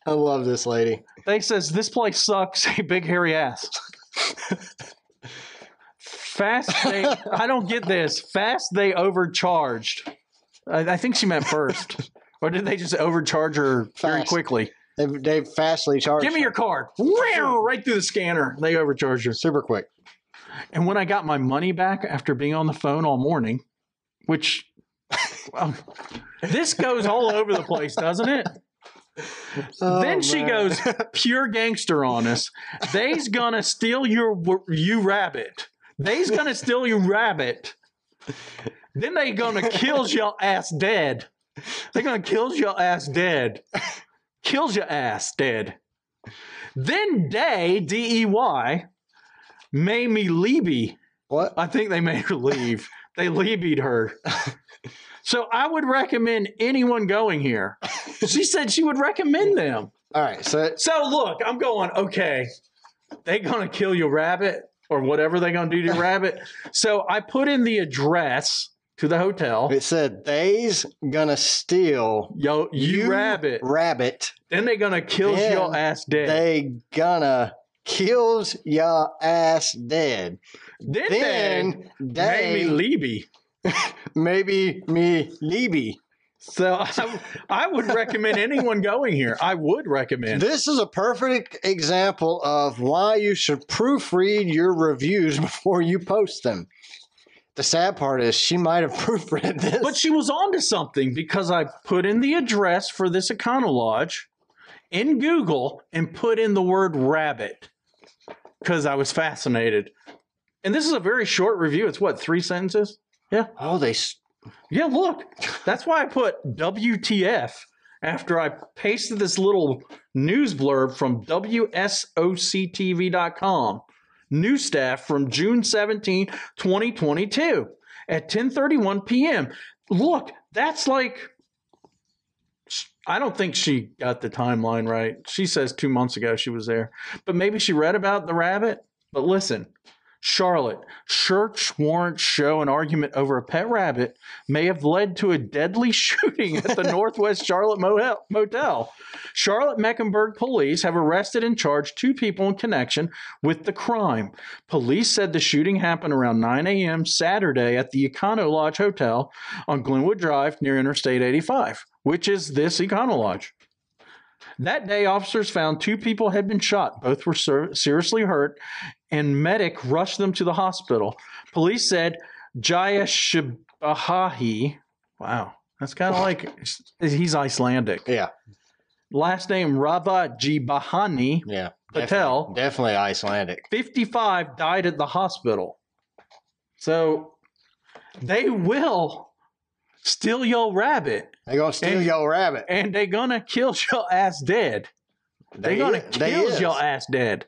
S3: I love this lady.
S1: They says this place sucks. A big hairy ass. Fast they. I don't get this. Fast they overcharged. I, I think she meant first, or did they just overcharge her very
S3: Fast.
S1: quickly?
S3: They've, they've fastly charged.
S1: Give me
S3: her.
S1: your card. Wow, Right through the scanner. They overcharged her.
S3: super quick.
S1: And when I got my money back after being on the phone all morning, which well, this goes all over the place, doesn't it?
S3: Oh,
S1: then she goes pure gangster on us. They's gonna steal your w- you rabbit. They's gonna steal your rabbit. Then they gonna kills your ass dead. They gonna kills your ass dead. Kills your ass dead. Then day D E Y made me leeby.
S3: What?
S1: I think they made her leave. they leabied her. So I would recommend anyone going here. She said she would recommend them.
S3: All right. So it's
S1: So look, I'm going, okay, they gonna kill your rabbit or whatever they gonna do to your rabbit. So I put in the address to the hotel.
S3: It said they's gonna steal
S1: Yo, you,
S3: you
S1: rabbit.
S3: rabbit.
S1: then they gonna kill
S3: Then
S1: your ass dead.
S3: They gonna kills your ass dead.
S1: Did
S3: Then
S1: they
S3: they
S1: made me Libby.
S3: maybe me Libby.
S1: So I, I would recommend anyone going here. I would recommend.
S3: This is a perfect example of why you should proofread your reviews before you post them. The sad part is she might have proofread this.
S1: But she was onto something because I put in the address for this Econo Lodge in Google and put in the word rabbit because I was fascinated. And this is a very short review. It's what, three sentences?
S3: oh, they s-
S1: Yeah, look. That's why I put WTF after I pasted this little news blurb from WSOCTV.com. New staff from June 17, 2022 at 10:31 p.m. Look, that's like I don't think she got the timeline right. She says 2 months ago she was there. But maybe she read about the rabbit. But listen, Charlotte, search warrant show an argument over a pet rabbit may have led to a deadly shooting at the Northwest Charlotte Mo- Motel. Charlotte Mecklenburg police have arrested and charged two people in connection with the crime. Police said the shooting happened around 9 a.m. Saturday at the Econo Lodge Hotel on Glenwood Drive near Interstate 85, which is this Econo Lodge. That day, officers found two people had been shot. Both were ser- seriously hurt, and medic rushed them to the hospital. Police said Jaya Shibahahi. Wow, that's kind of like he's Icelandic.
S3: yeah,
S1: Last name Rava Jibahani,
S3: yeah.
S1: Patel.
S3: Definitely, definitely Icelandic.
S1: 55 died at the hospital. So they will steal your rabbit
S3: They gonna steal
S1: And-
S3: your rabbit.
S1: and they gonna kill your ass dead. They,
S3: They
S1: gonna
S3: is- they
S1: kill
S3: is.
S1: your ass dead.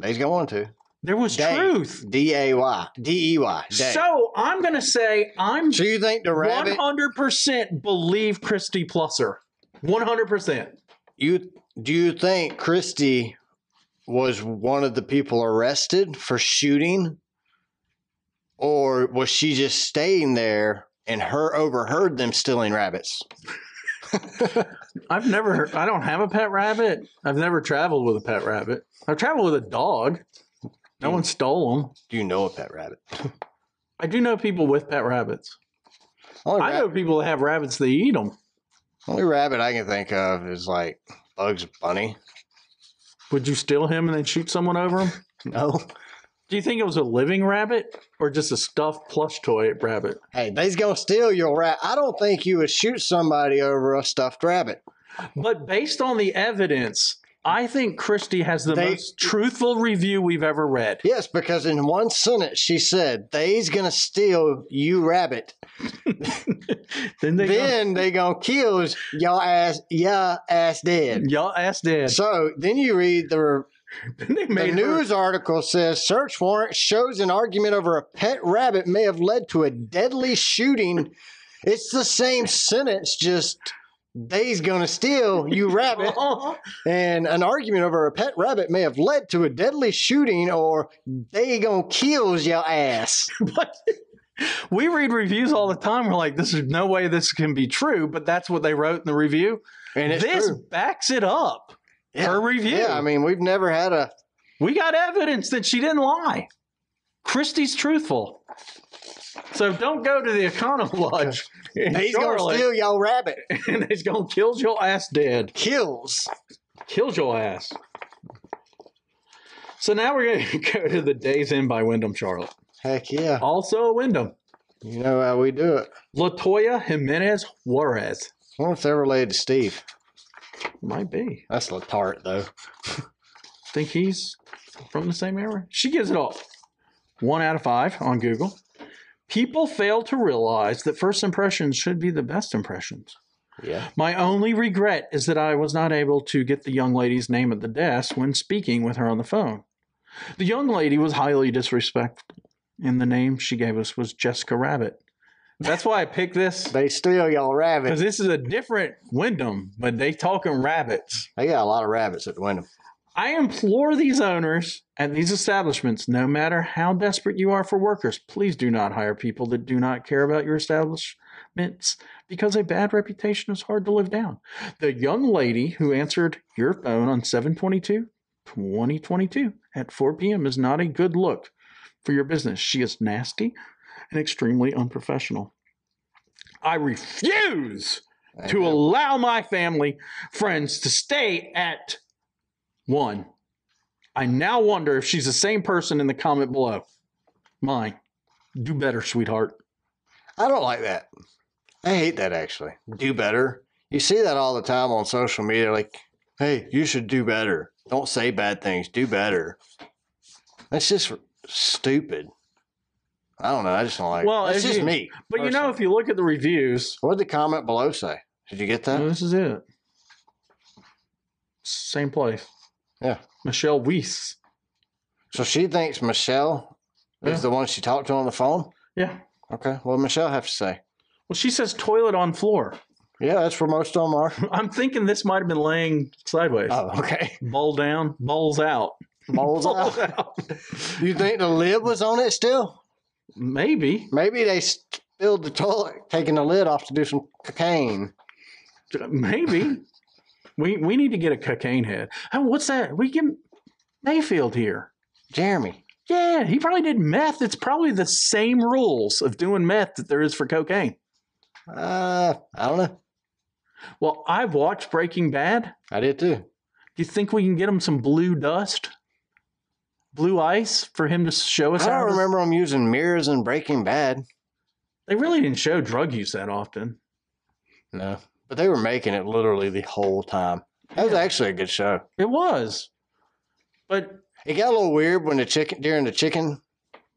S3: They's going to.
S1: There was
S3: They.
S1: truth.
S3: D A Y D E Y. day.
S1: So I'm gonna say I'm
S3: So you think the rabbit?
S1: 100% believe Christy Plusser. 100%.
S3: You do you think Christie was one of the people arrested for shooting, or was she just staying there and her overheard them stealing rabbits?
S1: I've never, I don't have a pet rabbit. I've never traveled with a pet rabbit. I've traveled with a dog. No one stole them.
S3: Do you know a pet rabbit?
S1: I do know people with pet rabbits.
S3: Only,
S1: I
S3: rab-
S1: know people that have rabbits that eat them.
S3: only rabbit I can think of is like Bugs Bunny.
S1: Would you steal him and then shoot someone over him?
S3: No.
S1: Do you think it was a living rabbit or just a stuffed plush toy rabbit?
S3: Hey, they's gonna steal your rat. I don't think you would shoot somebody over a stuffed rabbit.
S1: But based on the evidence, I think Christie has the
S3: They-
S1: most truthful review we've ever read.
S3: Yes, because in one sentence she said, "They's gonna steal you rabbit."
S1: Then they go,
S3: then they gonna kill y'all ass, y'all ass dead.
S1: y'all ass dead.
S3: So then you read the,
S1: Then they
S3: the
S1: made her-
S3: news article says search warrant shows an argument over a pet rabbit may have led to a deadly shooting. It's the same sentence, just they's gonna steal you rabbit.
S1: Uh-huh.
S3: and an argument over a pet rabbit may have led to a deadly shooting or they gonna kills your ass
S1: but we read reviews all the time. We're like, this is no way this can be true, but that's what they wrote in the review.
S3: and it's
S1: This
S3: true.
S1: backs it up.
S3: Yeah.
S1: Her review.
S3: yeah i mean we've never had a
S1: We got evidence that she didn't lie. Christie's truthful. So don't go to the Econo Lodge. in
S3: they's gonna
S1: Charlotte,
S3: steal your rabbit
S1: and he's going to kill your ass dead.
S3: kills
S1: Kills your ass. So now we're going to go to the Days Inn by Wyndham Charlotte.
S3: heck yeah
S1: Also a Wyndham.
S3: you know how we do it
S1: Latoya Jimenez Juarez.
S3: I wonder if they're related to Steve.
S1: Might be.
S3: That's Latart, though.
S1: Think he's from the same era? She gives it all. One out of five on Google. People fail to realize that first impressions should be the best impressions.
S3: Yeah.
S1: My only regret is that I was not able to get the young lady's name at the desk when speaking with her on the phone. The young lady was highly disrespectful, and the name she gave us was Jessica Rabbit. That's why I picked this
S3: They steal y'all
S1: because
S3: rabbits.
S1: this is a different Wyndham, but they talking rabbits.
S3: They got a lot of rabbits at Wyndham.
S1: I implore these owners and these establishments, no matter how desperate you are for workers, please do not hire people that do not care about your establishments because a bad reputation is hard to live down. The young lady who answered your phone on 722 2022 at 4 p.m. is not a good look for your business. She is nasty and extremely unprofessional. I refuse to
S3: Amen.
S1: allow my family friends to stay at one. I now wonder if she's the same person in the comment below. Mine. Do better, sweetheart.
S3: I don't like that. I hate that actually. Do better. You see that all the time on social media. Like, hey, you should do better. Don't say bad things. Do better. That's just stupid. I don't know. I just don't like.
S1: Well,
S3: Well, it's
S1: if
S3: just
S1: you-
S3: me.
S1: But you know, if you look at the reviews,
S3: what did the comment below say? Did you get that?
S1: this is it. Same place.
S3: Yeah.
S1: Michelle Weiss.
S3: So she thinks Michelle
S1: Yeah.
S3: is the one she talked to on the phone.
S1: Yeah.
S3: Okay. What did Michelle have to say?
S1: Well, she says toilet on floor.
S3: Yeah, that's where most of them are.
S1: I'm thinking this might have been laying sideways.
S3: Oh, okay.
S1: Bowl down, bowls out.
S3: Moles out.
S1: out.
S3: You think the lid was on it still?
S1: Maybe.
S3: Maybe they spilled the toilet, taking the lid off to do some cocaine.
S1: Maybe. we we need to get a cocaine head. Oh, what's that? We get Mayfield here.
S3: Jeremy.
S1: Yeah, he probably did meth. It's probably the same rules of doing meth that there is for cocaine.
S3: Uh, I don't know.
S1: Well, I've watched Breaking Bad. Do
S3: I did too.
S1: you think we can get him some blue dust? Blue ice for him to show us
S3: I
S1: how
S3: don't
S1: to-
S3: remember them using mirrors in Breaking Bad.
S1: They really didn't show drug use that often.
S3: No. But they were making it literally the whole time. That was actually a good show.
S1: It was. But
S3: It got a little weird when the chicken, during the chicken,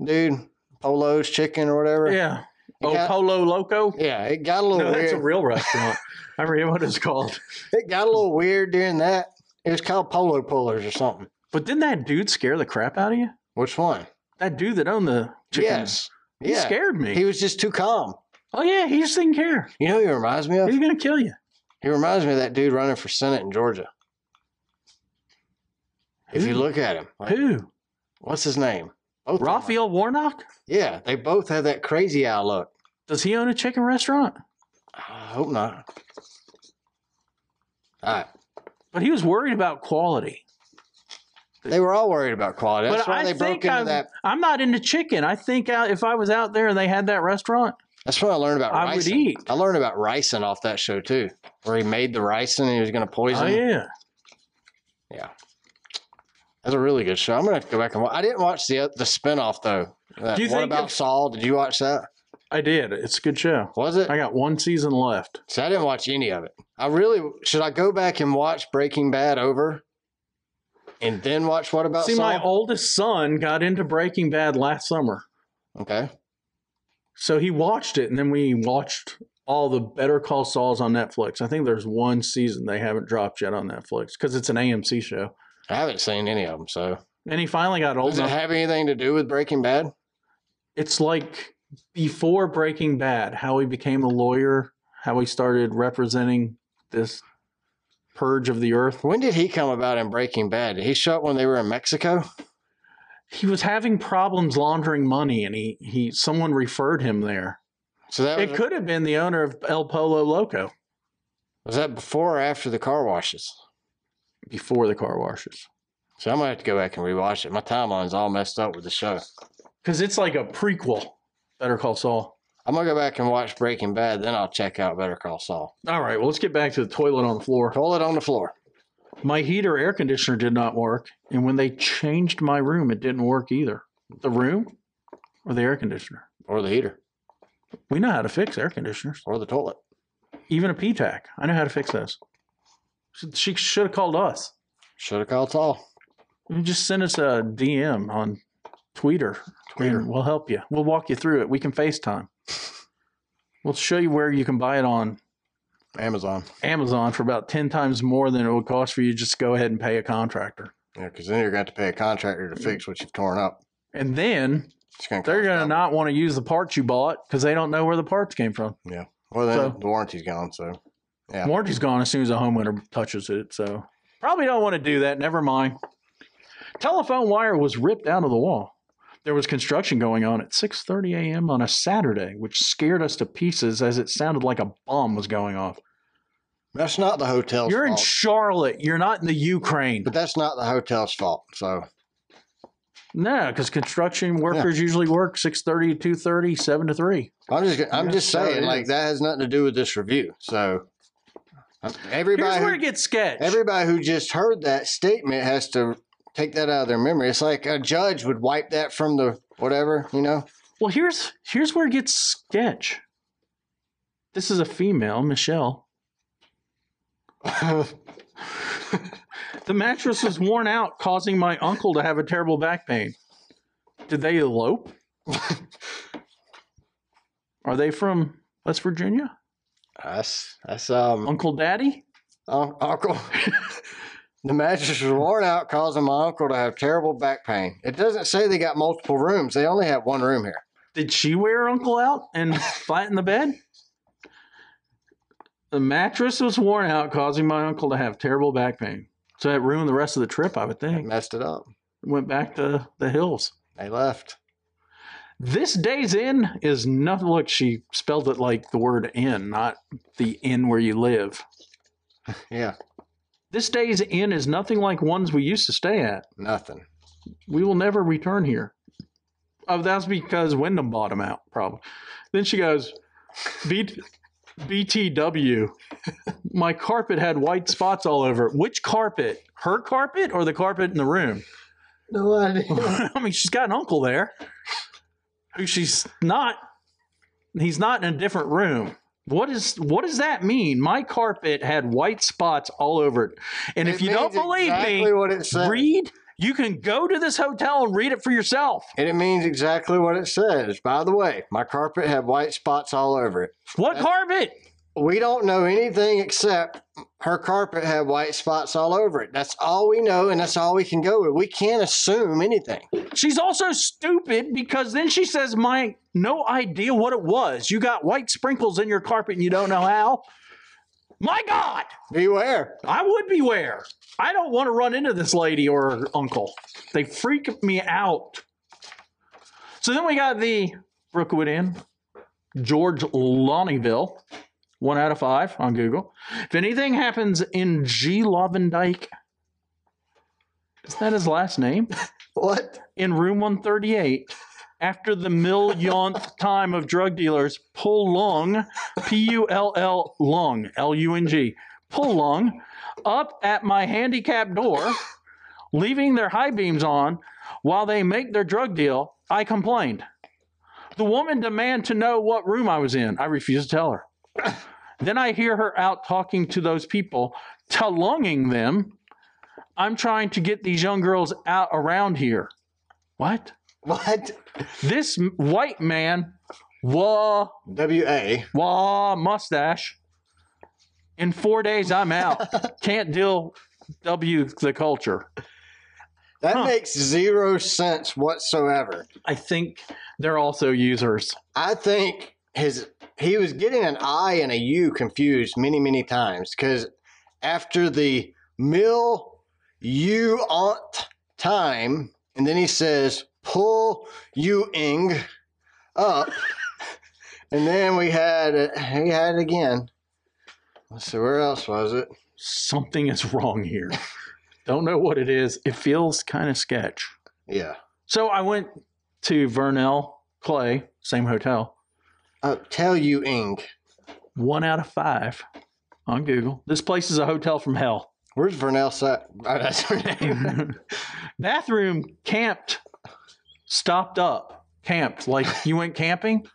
S3: dude, Polo's chicken or whatever.
S1: yeah.
S3: It
S1: Oh,
S3: got-
S1: Polo Loco?
S3: Oh, Yeah, it got a little
S1: No, that's
S3: weird.
S1: a real restaurant. I forget what it's called.
S3: it got a little weird during that. It was called Polo Pullers or something.
S1: But didn't that dude scare the crap out of you?
S3: Which one?
S1: That dude that owned the chicken.
S3: Yes.
S1: He
S3: yeah.
S1: scared me.
S3: He was just too calm.
S1: oh yeah, he just didn't care.
S3: You know who he reminds me of?
S1: He's gonna kill you.
S3: He reminds me of that dude running for Senate in Georgia. If you
S1: Who?
S3: look at him, like,
S1: Who?
S3: what's his name? Both of them.
S1: Raphael Warnock?
S3: Yeah, they both have that crazy eye look.
S1: Does he own a chicken restaurant?
S3: I hope not. All right.
S1: But he was worried about quality.
S3: They were all worried about quality. That's
S1: but
S3: why
S1: I
S3: they broke
S1: think
S3: into
S1: I'm,
S3: that.
S1: I'm not into chicken. I think out, if I was out there and they had that restaurant, oh,
S3: That's what I learned about
S1: I would
S3: ricin.
S1: eat.
S3: I learned about ricin off that show too, where he made the ricin and he was going to poison.
S1: Oh
S3: it.
S1: yeah.
S3: That's a really good show. I'm going to go back and watch. I didn't watch the the spinoff though. Uh,
S1: Do you
S3: what
S1: think
S3: about
S1: if-
S3: Saul? Did you watch that?
S1: I did. It's a good show.
S3: Was it?
S1: I got one season left.
S3: So I didn't watch any of it. I really should I go back and watch Breaking Bad over, and then watch What About
S1: See,
S3: Saul?
S1: my oldest son got into Breaking Bad last summer.
S3: okay,
S1: So he watched it, and then we watched all the Better Call Sauls on Netflix. I think there's one season they haven't dropped yet on Netflix because it's an AMC show.
S3: I haven't seen any of them. So
S1: And he finally got old
S3: does it
S1: enough.
S3: have anything to do with Breaking Bad?
S1: It's like before Breaking Bad, how he became a lawyer, how he started representing this purge of the earth.
S3: When did he come about in Breaking Bad? Did he show up when they were in Mexico?
S1: He was having problems laundering money, and he, he someone referred him there.
S3: So that was,
S1: It could have been the owner of El Polo Loco
S3: was that before or after the car washes?
S1: before the car washes.
S3: So I'm gonna have to go back and rewatch it. My timeline's all messed up with the show.
S1: Because it's like a prequel, Better Call Saul.
S3: I'm gonna go back and watch Breaking Bad, then I'll check out Better Call Saul.
S1: All right, well, let's get back to the toilet on the floor.
S3: Toilet on the floor.
S1: My heater air conditioner did not work. And when they changed my room, it didn't work either. The room or the air conditioner?
S3: Or the heater.
S1: We know how to fix air conditioners,
S3: Or the toilet.
S1: even a PTAC. I know how to fix those. She- She should have called us.
S3: Should have called Saul.
S1: You Just send us a DM on Twitter.
S3: Twitter.
S1: and We'll help you. We'll walk you through it. We can FaceTime. We'll show you where you can buy it on
S3: Amazon.
S1: Amazon for about 10 times more than it would cost for you just to go ahead and pay a contractor.
S3: Yeah, because then you're going to have to pay a contractor to fix what you've torn up.
S1: And then
S3: It's going to
S1: they're going to not want to use the parts you bought because they don't know where the parts came from.
S3: Well, then
S1: so-
S3: the warranty's gone, so Yeah.
S1: Warranty's gone as soon as a homeowner touches it. So Probably don't want to do that. Never mind. Telephone wire was ripped out of the wall. There was construction going on at 6:30 a.m. on a Saturday, which scared us to pieces as it sounded like a bomb was going off.
S3: That's not the hotel's
S1: You're in
S3: fault.
S1: Charlotte. You're not in the Ukraine.
S3: but that's not the hotel's fault. So
S1: No, because construction workers usually work 6:30 to 2:30, 7 to 3.
S3: I'm just gonna- I'm
S1: Yeah,
S3: just
S1: sure
S3: saying
S1: it
S3: like
S1: is.
S3: that has nothing to do with this review. So uh,
S1: Here's
S3: everybody
S1: where it
S3: who,
S1: gets sketch.
S3: everybody who just heard that statement has to take that out of their memory. It's like a judge would wipe that from the whatever you know.
S1: well, here's here's where it gets sketch. This is a female, Michelle. The mattress was worn out, causing my uncle to have a terrible back pain. Did they elope? Are they from West Virginia?
S3: that's that's um
S1: Uncle Daddy?
S3: un- uncle. The mattress was worn out, causing my uncle to have terrible back pain. It doesn't say they got multiple rooms. They only have one room here.
S1: Did she wear her uncle out and flatten the bed? The mattress was worn out, causing my uncle to have terrible back pain. So that ruined the rest of the trip, I would
S3: They
S1: think.
S3: messed it up.
S1: Went back to the hills.
S3: They left.
S1: This day's inn is nothing. Look, she spelled it like the word inn, not the inn where you live.
S3: Yeah,
S1: This day's inn is nothing like ones we used to stay at.
S3: nothing.
S1: We will never return here. Oh, that's because Wyndham bought him out, probably. Then she goes, B- BTW, my carpet had white spots all over it. Which carpet? Her carpet or the carpet in the room?
S3: No idea.
S1: I mean, she's got an uncle there who she's not, he's not in a different room. What is what does that mean? My carpet had white spots all over it. And if
S3: It
S1: you don't
S3: means
S1: believe
S3: exactly
S1: me,
S3: what it said.
S1: read. You can go to this hotel and read it for yourself.
S3: and it means exactly what it says. By the way, my carpet had white spots all over it.
S1: What carpet?
S3: We don't know anything except her carpet had white spots all over it. That's all we know, and that's all we can go with. We can't assume anything.
S1: She's also stupid because then she says, "My no idea what it was. You got white sprinkles in your carpet and you don't know how." My God,
S3: Beware.
S1: I would beware. I don't want to run into this lady or her uncle. They freak me out. So then we got the Brookwood Inn, George Lonnieville, one out of five on Google. If anything happens in G. Lovendike, is that his last name?
S3: What?
S1: in room 138 after the millionth time of drug dealers pull long p-u-l-l long l-u-n-g pull long up at my handicap door leaving their high beams on while they make their drug deal i complained the woman demanded to know what room i was in i refused to tell her then i hear her out talking to those people telonging them i'm trying to get these young girls out around here what?
S3: What?
S1: This m- white man, wah,
S3: W A.
S1: wah, mustache. In four days, I'm out. Can't deal W the culture.
S3: That
S1: Huh.
S3: makes zero sense whatsoever.
S1: I think they're also users.
S3: I think his he was getting an I and a U confused many many times because after the mill you aunt time, and then he says pull you ing up, and then we had it. He had it again. Let's see where else was it?
S1: Something is wrong here. Don't know what it is. It feels kind of sketch.
S3: Yeah.
S1: So I went to Vernell Clay, same hotel,
S3: Oh, tell you ing.
S1: one out of five on Google. This place is a hotel from hell.
S3: Where's Vernell Sat? Oh, that's her name.
S1: bathroom camped stopped up camped like you went camping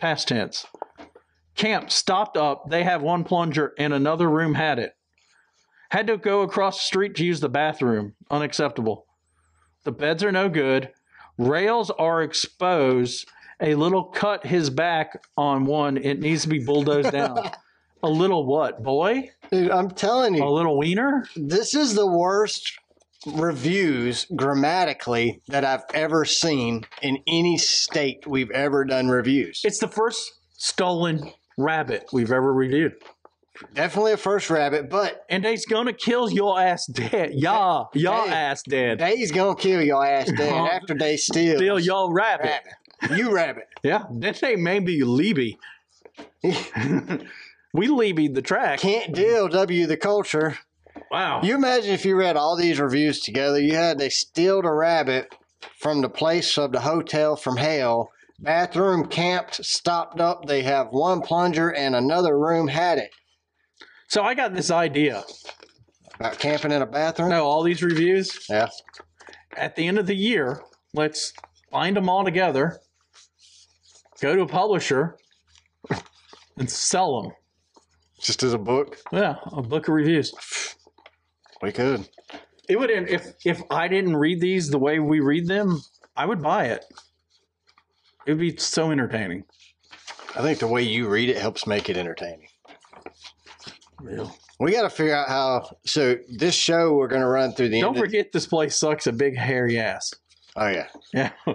S1: past tense camp stopped up they have one plunger and another room had it had to go across the street to use the bathroom unacceptable the beds are no good rails are exposed a little cut his back on one it needs to be bulldozed down a little what boy
S3: Dude, I'm telling you.
S1: a little wiener
S3: this is the worst reviews grammatically that I've ever seen in any state we've ever done reviews.
S1: It's the first stolen rabbit we've ever reviewed.
S3: Definitely a first rabbit, but
S1: and they's gonna kill your ass dead. Y'all, y'all
S3: Hey.
S1: ass dead.
S3: Day's gonna kill your ass, Dad.
S1: Oh,
S3: after they steal,
S1: Still y'all rabbit.
S3: rabbit. You rabbit.
S1: Yeah, then they may be Libby. we Libby the track.
S3: Can't deal W the culture.
S1: wow.
S3: You imagine if you read all these reviews together, you had they stealed a rabbit from the place of the hotel from hell, bathroom camped, stopped up, they have one plunger and another room had it.
S1: so I got this idea.
S3: About camping in a bathroom?
S1: No, all these reviews.
S3: Yeah.
S1: At the end of the year, let's bind them all together. Go to a publisher and sell them.
S3: Just as a book?
S1: Yeah, a book of reviews.
S3: We could.
S1: It would if if I didn't read these the way we read them, I would buy it. It would be so entertaining.
S3: I think the way you read it helps make it entertaining.
S1: Real.
S3: We got to figure out how. So this show we're going to run through the
S1: Don't
S3: end. of-
S1: forget this place sucks a big hairy ass.
S3: oh yeah,
S1: Yeah.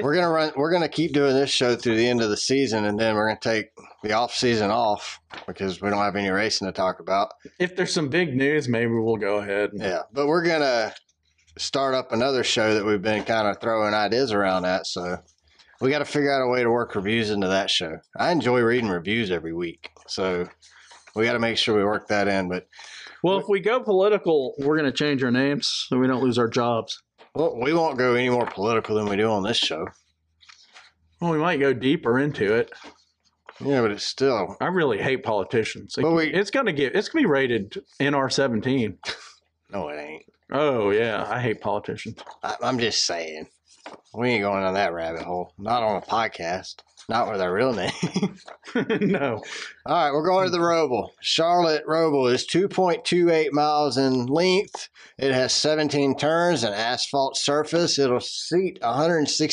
S3: we're gonna run. We're gonna keep doing this show through the end of the season, and then we're gonna take the off season off because we don't have any racing to talk about.
S1: if there's some big news, maybe we'll go ahead. and-
S3: Yeah, but we're gonna start up another show that we've been kind of throwing ideas around at. So we got to figure out a way to work reviews into that show. I enjoy reading reviews every week, so we got to make sure we work that in. But
S1: Well, if we go political, we're going to change our names so we don't lose our jobs.
S3: well, we won't go any more political than we do on this show.
S1: Well, we might go deeper into it.
S3: Yeah, but it's still
S1: I really hate politicians.
S3: But we-
S1: it's going to get it's going to be rated NR17.
S3: no, it ain't.
S1: Oh yeah, I hate politicians.
S3: I, I'm just saying. We ain't going on that rabbit hole. Not on a podcast. Not with our real name.
S1: no.
S3: All right, we're going to the
S1: Hmm.
S3: Roble. Charlotte Roble is 2.28 miles in length. It has 17 turns, an asphalt surface. It'll seat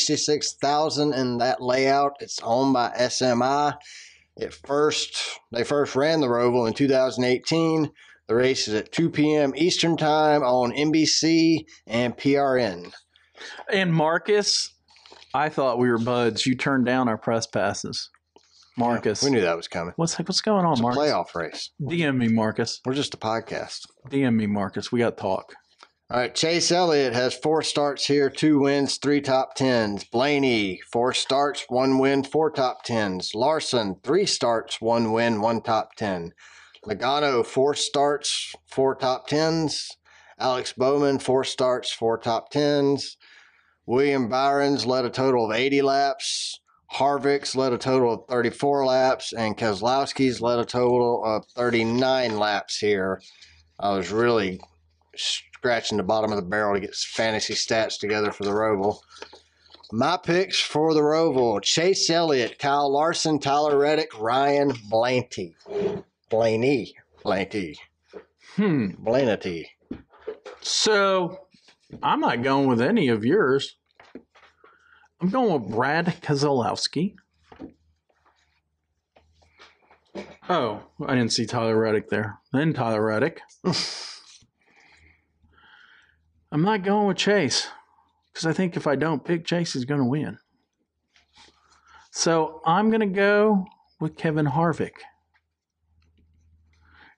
S3: 166,000 in that layout. It's owned by SMI. It first they first ran the Roble in 2018. The race is at 2 p.m. Eastern Time on NBC and PRN.
S1: And Marcus, I thought we were buds. You turned down our press passes. Marcus.
S3: We knew that was coming.
S1: What's what's going on,
S3: It's a
S1: Marcus?
S3: playoff race.
S1: DM me, Marcus.
S3: We're just a podcast.
S1: DM me, Marcus. We got to talk.
S3: All right. Chase Elliott has four starts here, two wins, three top tens. Blaney, four starts, one win, four top tens. Larson, three starts, one win, one top ten. Logano, four starts, four top tens. Alex Bowman, four starts, four top tens. William Byron's led a total of 80 laps. Harvick's led a total of 34 laps, and Keselowski's led a total of 39 laps here. I was really scratching the bottom of the barrel to get fantasy stats together for the Roval. My picks for the Roval Chase Elliott, Kyle Larson, Tyler Reddick, Ryan Blanty. Blaney. Blanty.
S1: Hmm.
S3: Blanty.
S1: So I'm not going with any of yours. I'm going with Brad Keselowski. Oh, I didn't see Tyler Reddick there. Then Tyler Reddick. I'm not going with Chase because I think if I don't pick Chase, he's going to win. So I'm going to go with Kevin Harvick.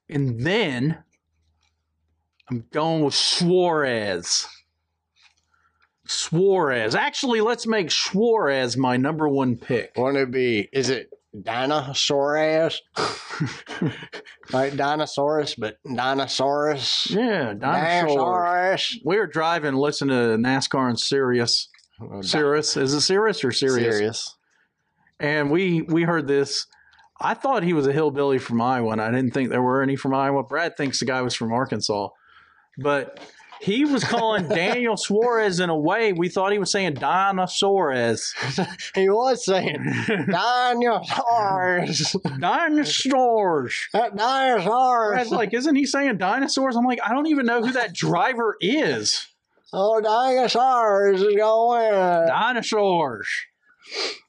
S1: And then I'm going with Suarez. Suarez. Actually, let's make Suarez my number one pick.
S3: Want to be, is it Dinosaurus? like Dinosaurus, but Dinosaurus.
S1: Yeah, dinosaur. We were driving, listening to NASCAR and Sirius. Sirius. Is it Sirius or Sirius?
S3: Serious.
S1: And we we heard this. I thought he was a hillbilly from Iowa, and I didn't think there were any from Iowa. Brad thinks the guy was from Arkansas, but he was calling Daniel Suarez in a way we thought he was saying dinosaurs.
S3: He was saying Dinosaurus.
S1: dinosaurs. Brad's
S3: Dinosaurus.
S1: like, isn't he saying dinosaurs? I'm like, I don't even know who that driver is.
S3: Oh, dinosaurs is going
S1: Dinosaurs.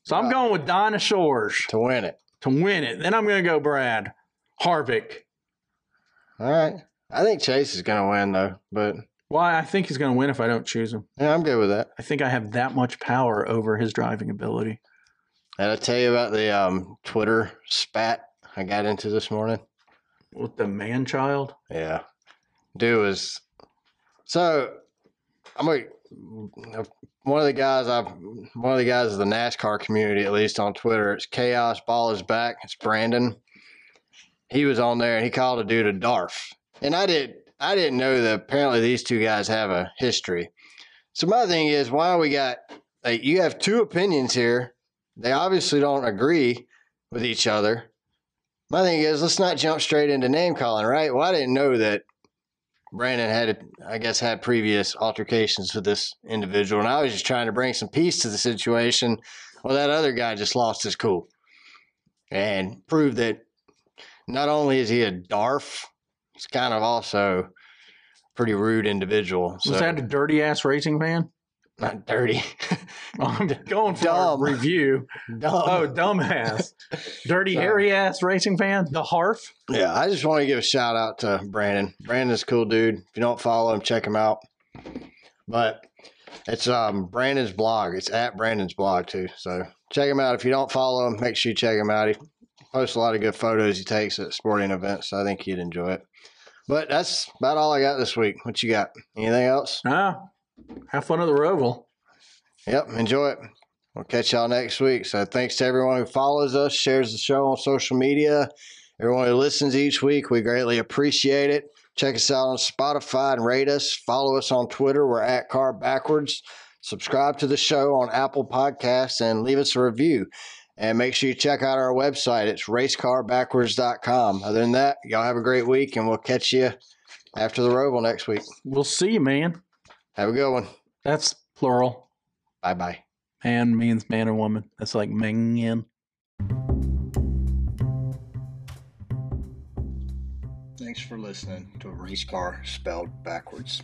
S1: So I'm going with dinosaurs
S3: to win it.
S1: to win it. Then I'm going to go Brad Harvick.
S3: All right. I think Chase is going to win though, but
S1: Why? I think he's going to win if I don't choose him.
S3: yeah, I'm good with that.
S1: I think I have that much power over his driving ability.
S3: And I tell you about the um, Twitter spat I got into this morning.
S1: with the man child.
S3: Yeah. Do is so I'm like one of the guys I've one of the guys of the NASCAR community, at least on Twitter, it's Chaos Ball is back. It's Brandon. He was on there and he called a dude a Darf. And I did I didn't know that apparently these two guys have a history. So my thing is why we got like you have two opinions here. They obviously don't agree with each other. My thing is, let's not jump straight into name calling, right? Well, I didn't know that Brandon had, I guess, had previous altercations with this individual, and I was just trying to bring some peace to the situation. Well, that other guy just lost his cool and proved that not only is he a darf, he's kind of also a pretty rude individual. So
S1: Was that a dirty ass racing fan?
S3: not dirty,
S1: I'm going for
S3: Dumb.
S1: a review.
S3: dumb.
S1: Oh, dumbass, dirty
S3: Sorry.
S1: hairy ass racing fan. The Harf.
S3: Yeah, I just want to give a shout out to Brandon. Brandon's a cool dude. If you don't follow him, check him out. But it's um Brandon's blog. It's at Brandon's blog too. So check him out. If you don't follow him, make sure you check him out. He posts a lot of good photos he takes at sporting events. So I think you'd enjoy it. But that's about all I got this week. What you got? Anything else?
S1: Ah, have fun at the Roval.
S3: Yep, enjoy it. We'll catch y'all next week. So thanks to everyone who follows us, shares the show on social media, everyone who listens each week. We greatly appreciate it. Check us out on Spotify and rate us. Follow us on Twitter. We're at Car Backwards. Subscribe to the show on Apple Podcasts and leave us a review. And make sure you check out our website. It's racecarbackwards.com. Other than that, y'all have a great week and we'll catch you after the Roval next week.
S1: We'll see, you, man.
S3: Have a good one.
S1: That's plural.
S3: Bye bye.
S1: Man means man and woman. That's like man.
S3: Thanks for listening to Race Car Spelled Backwards.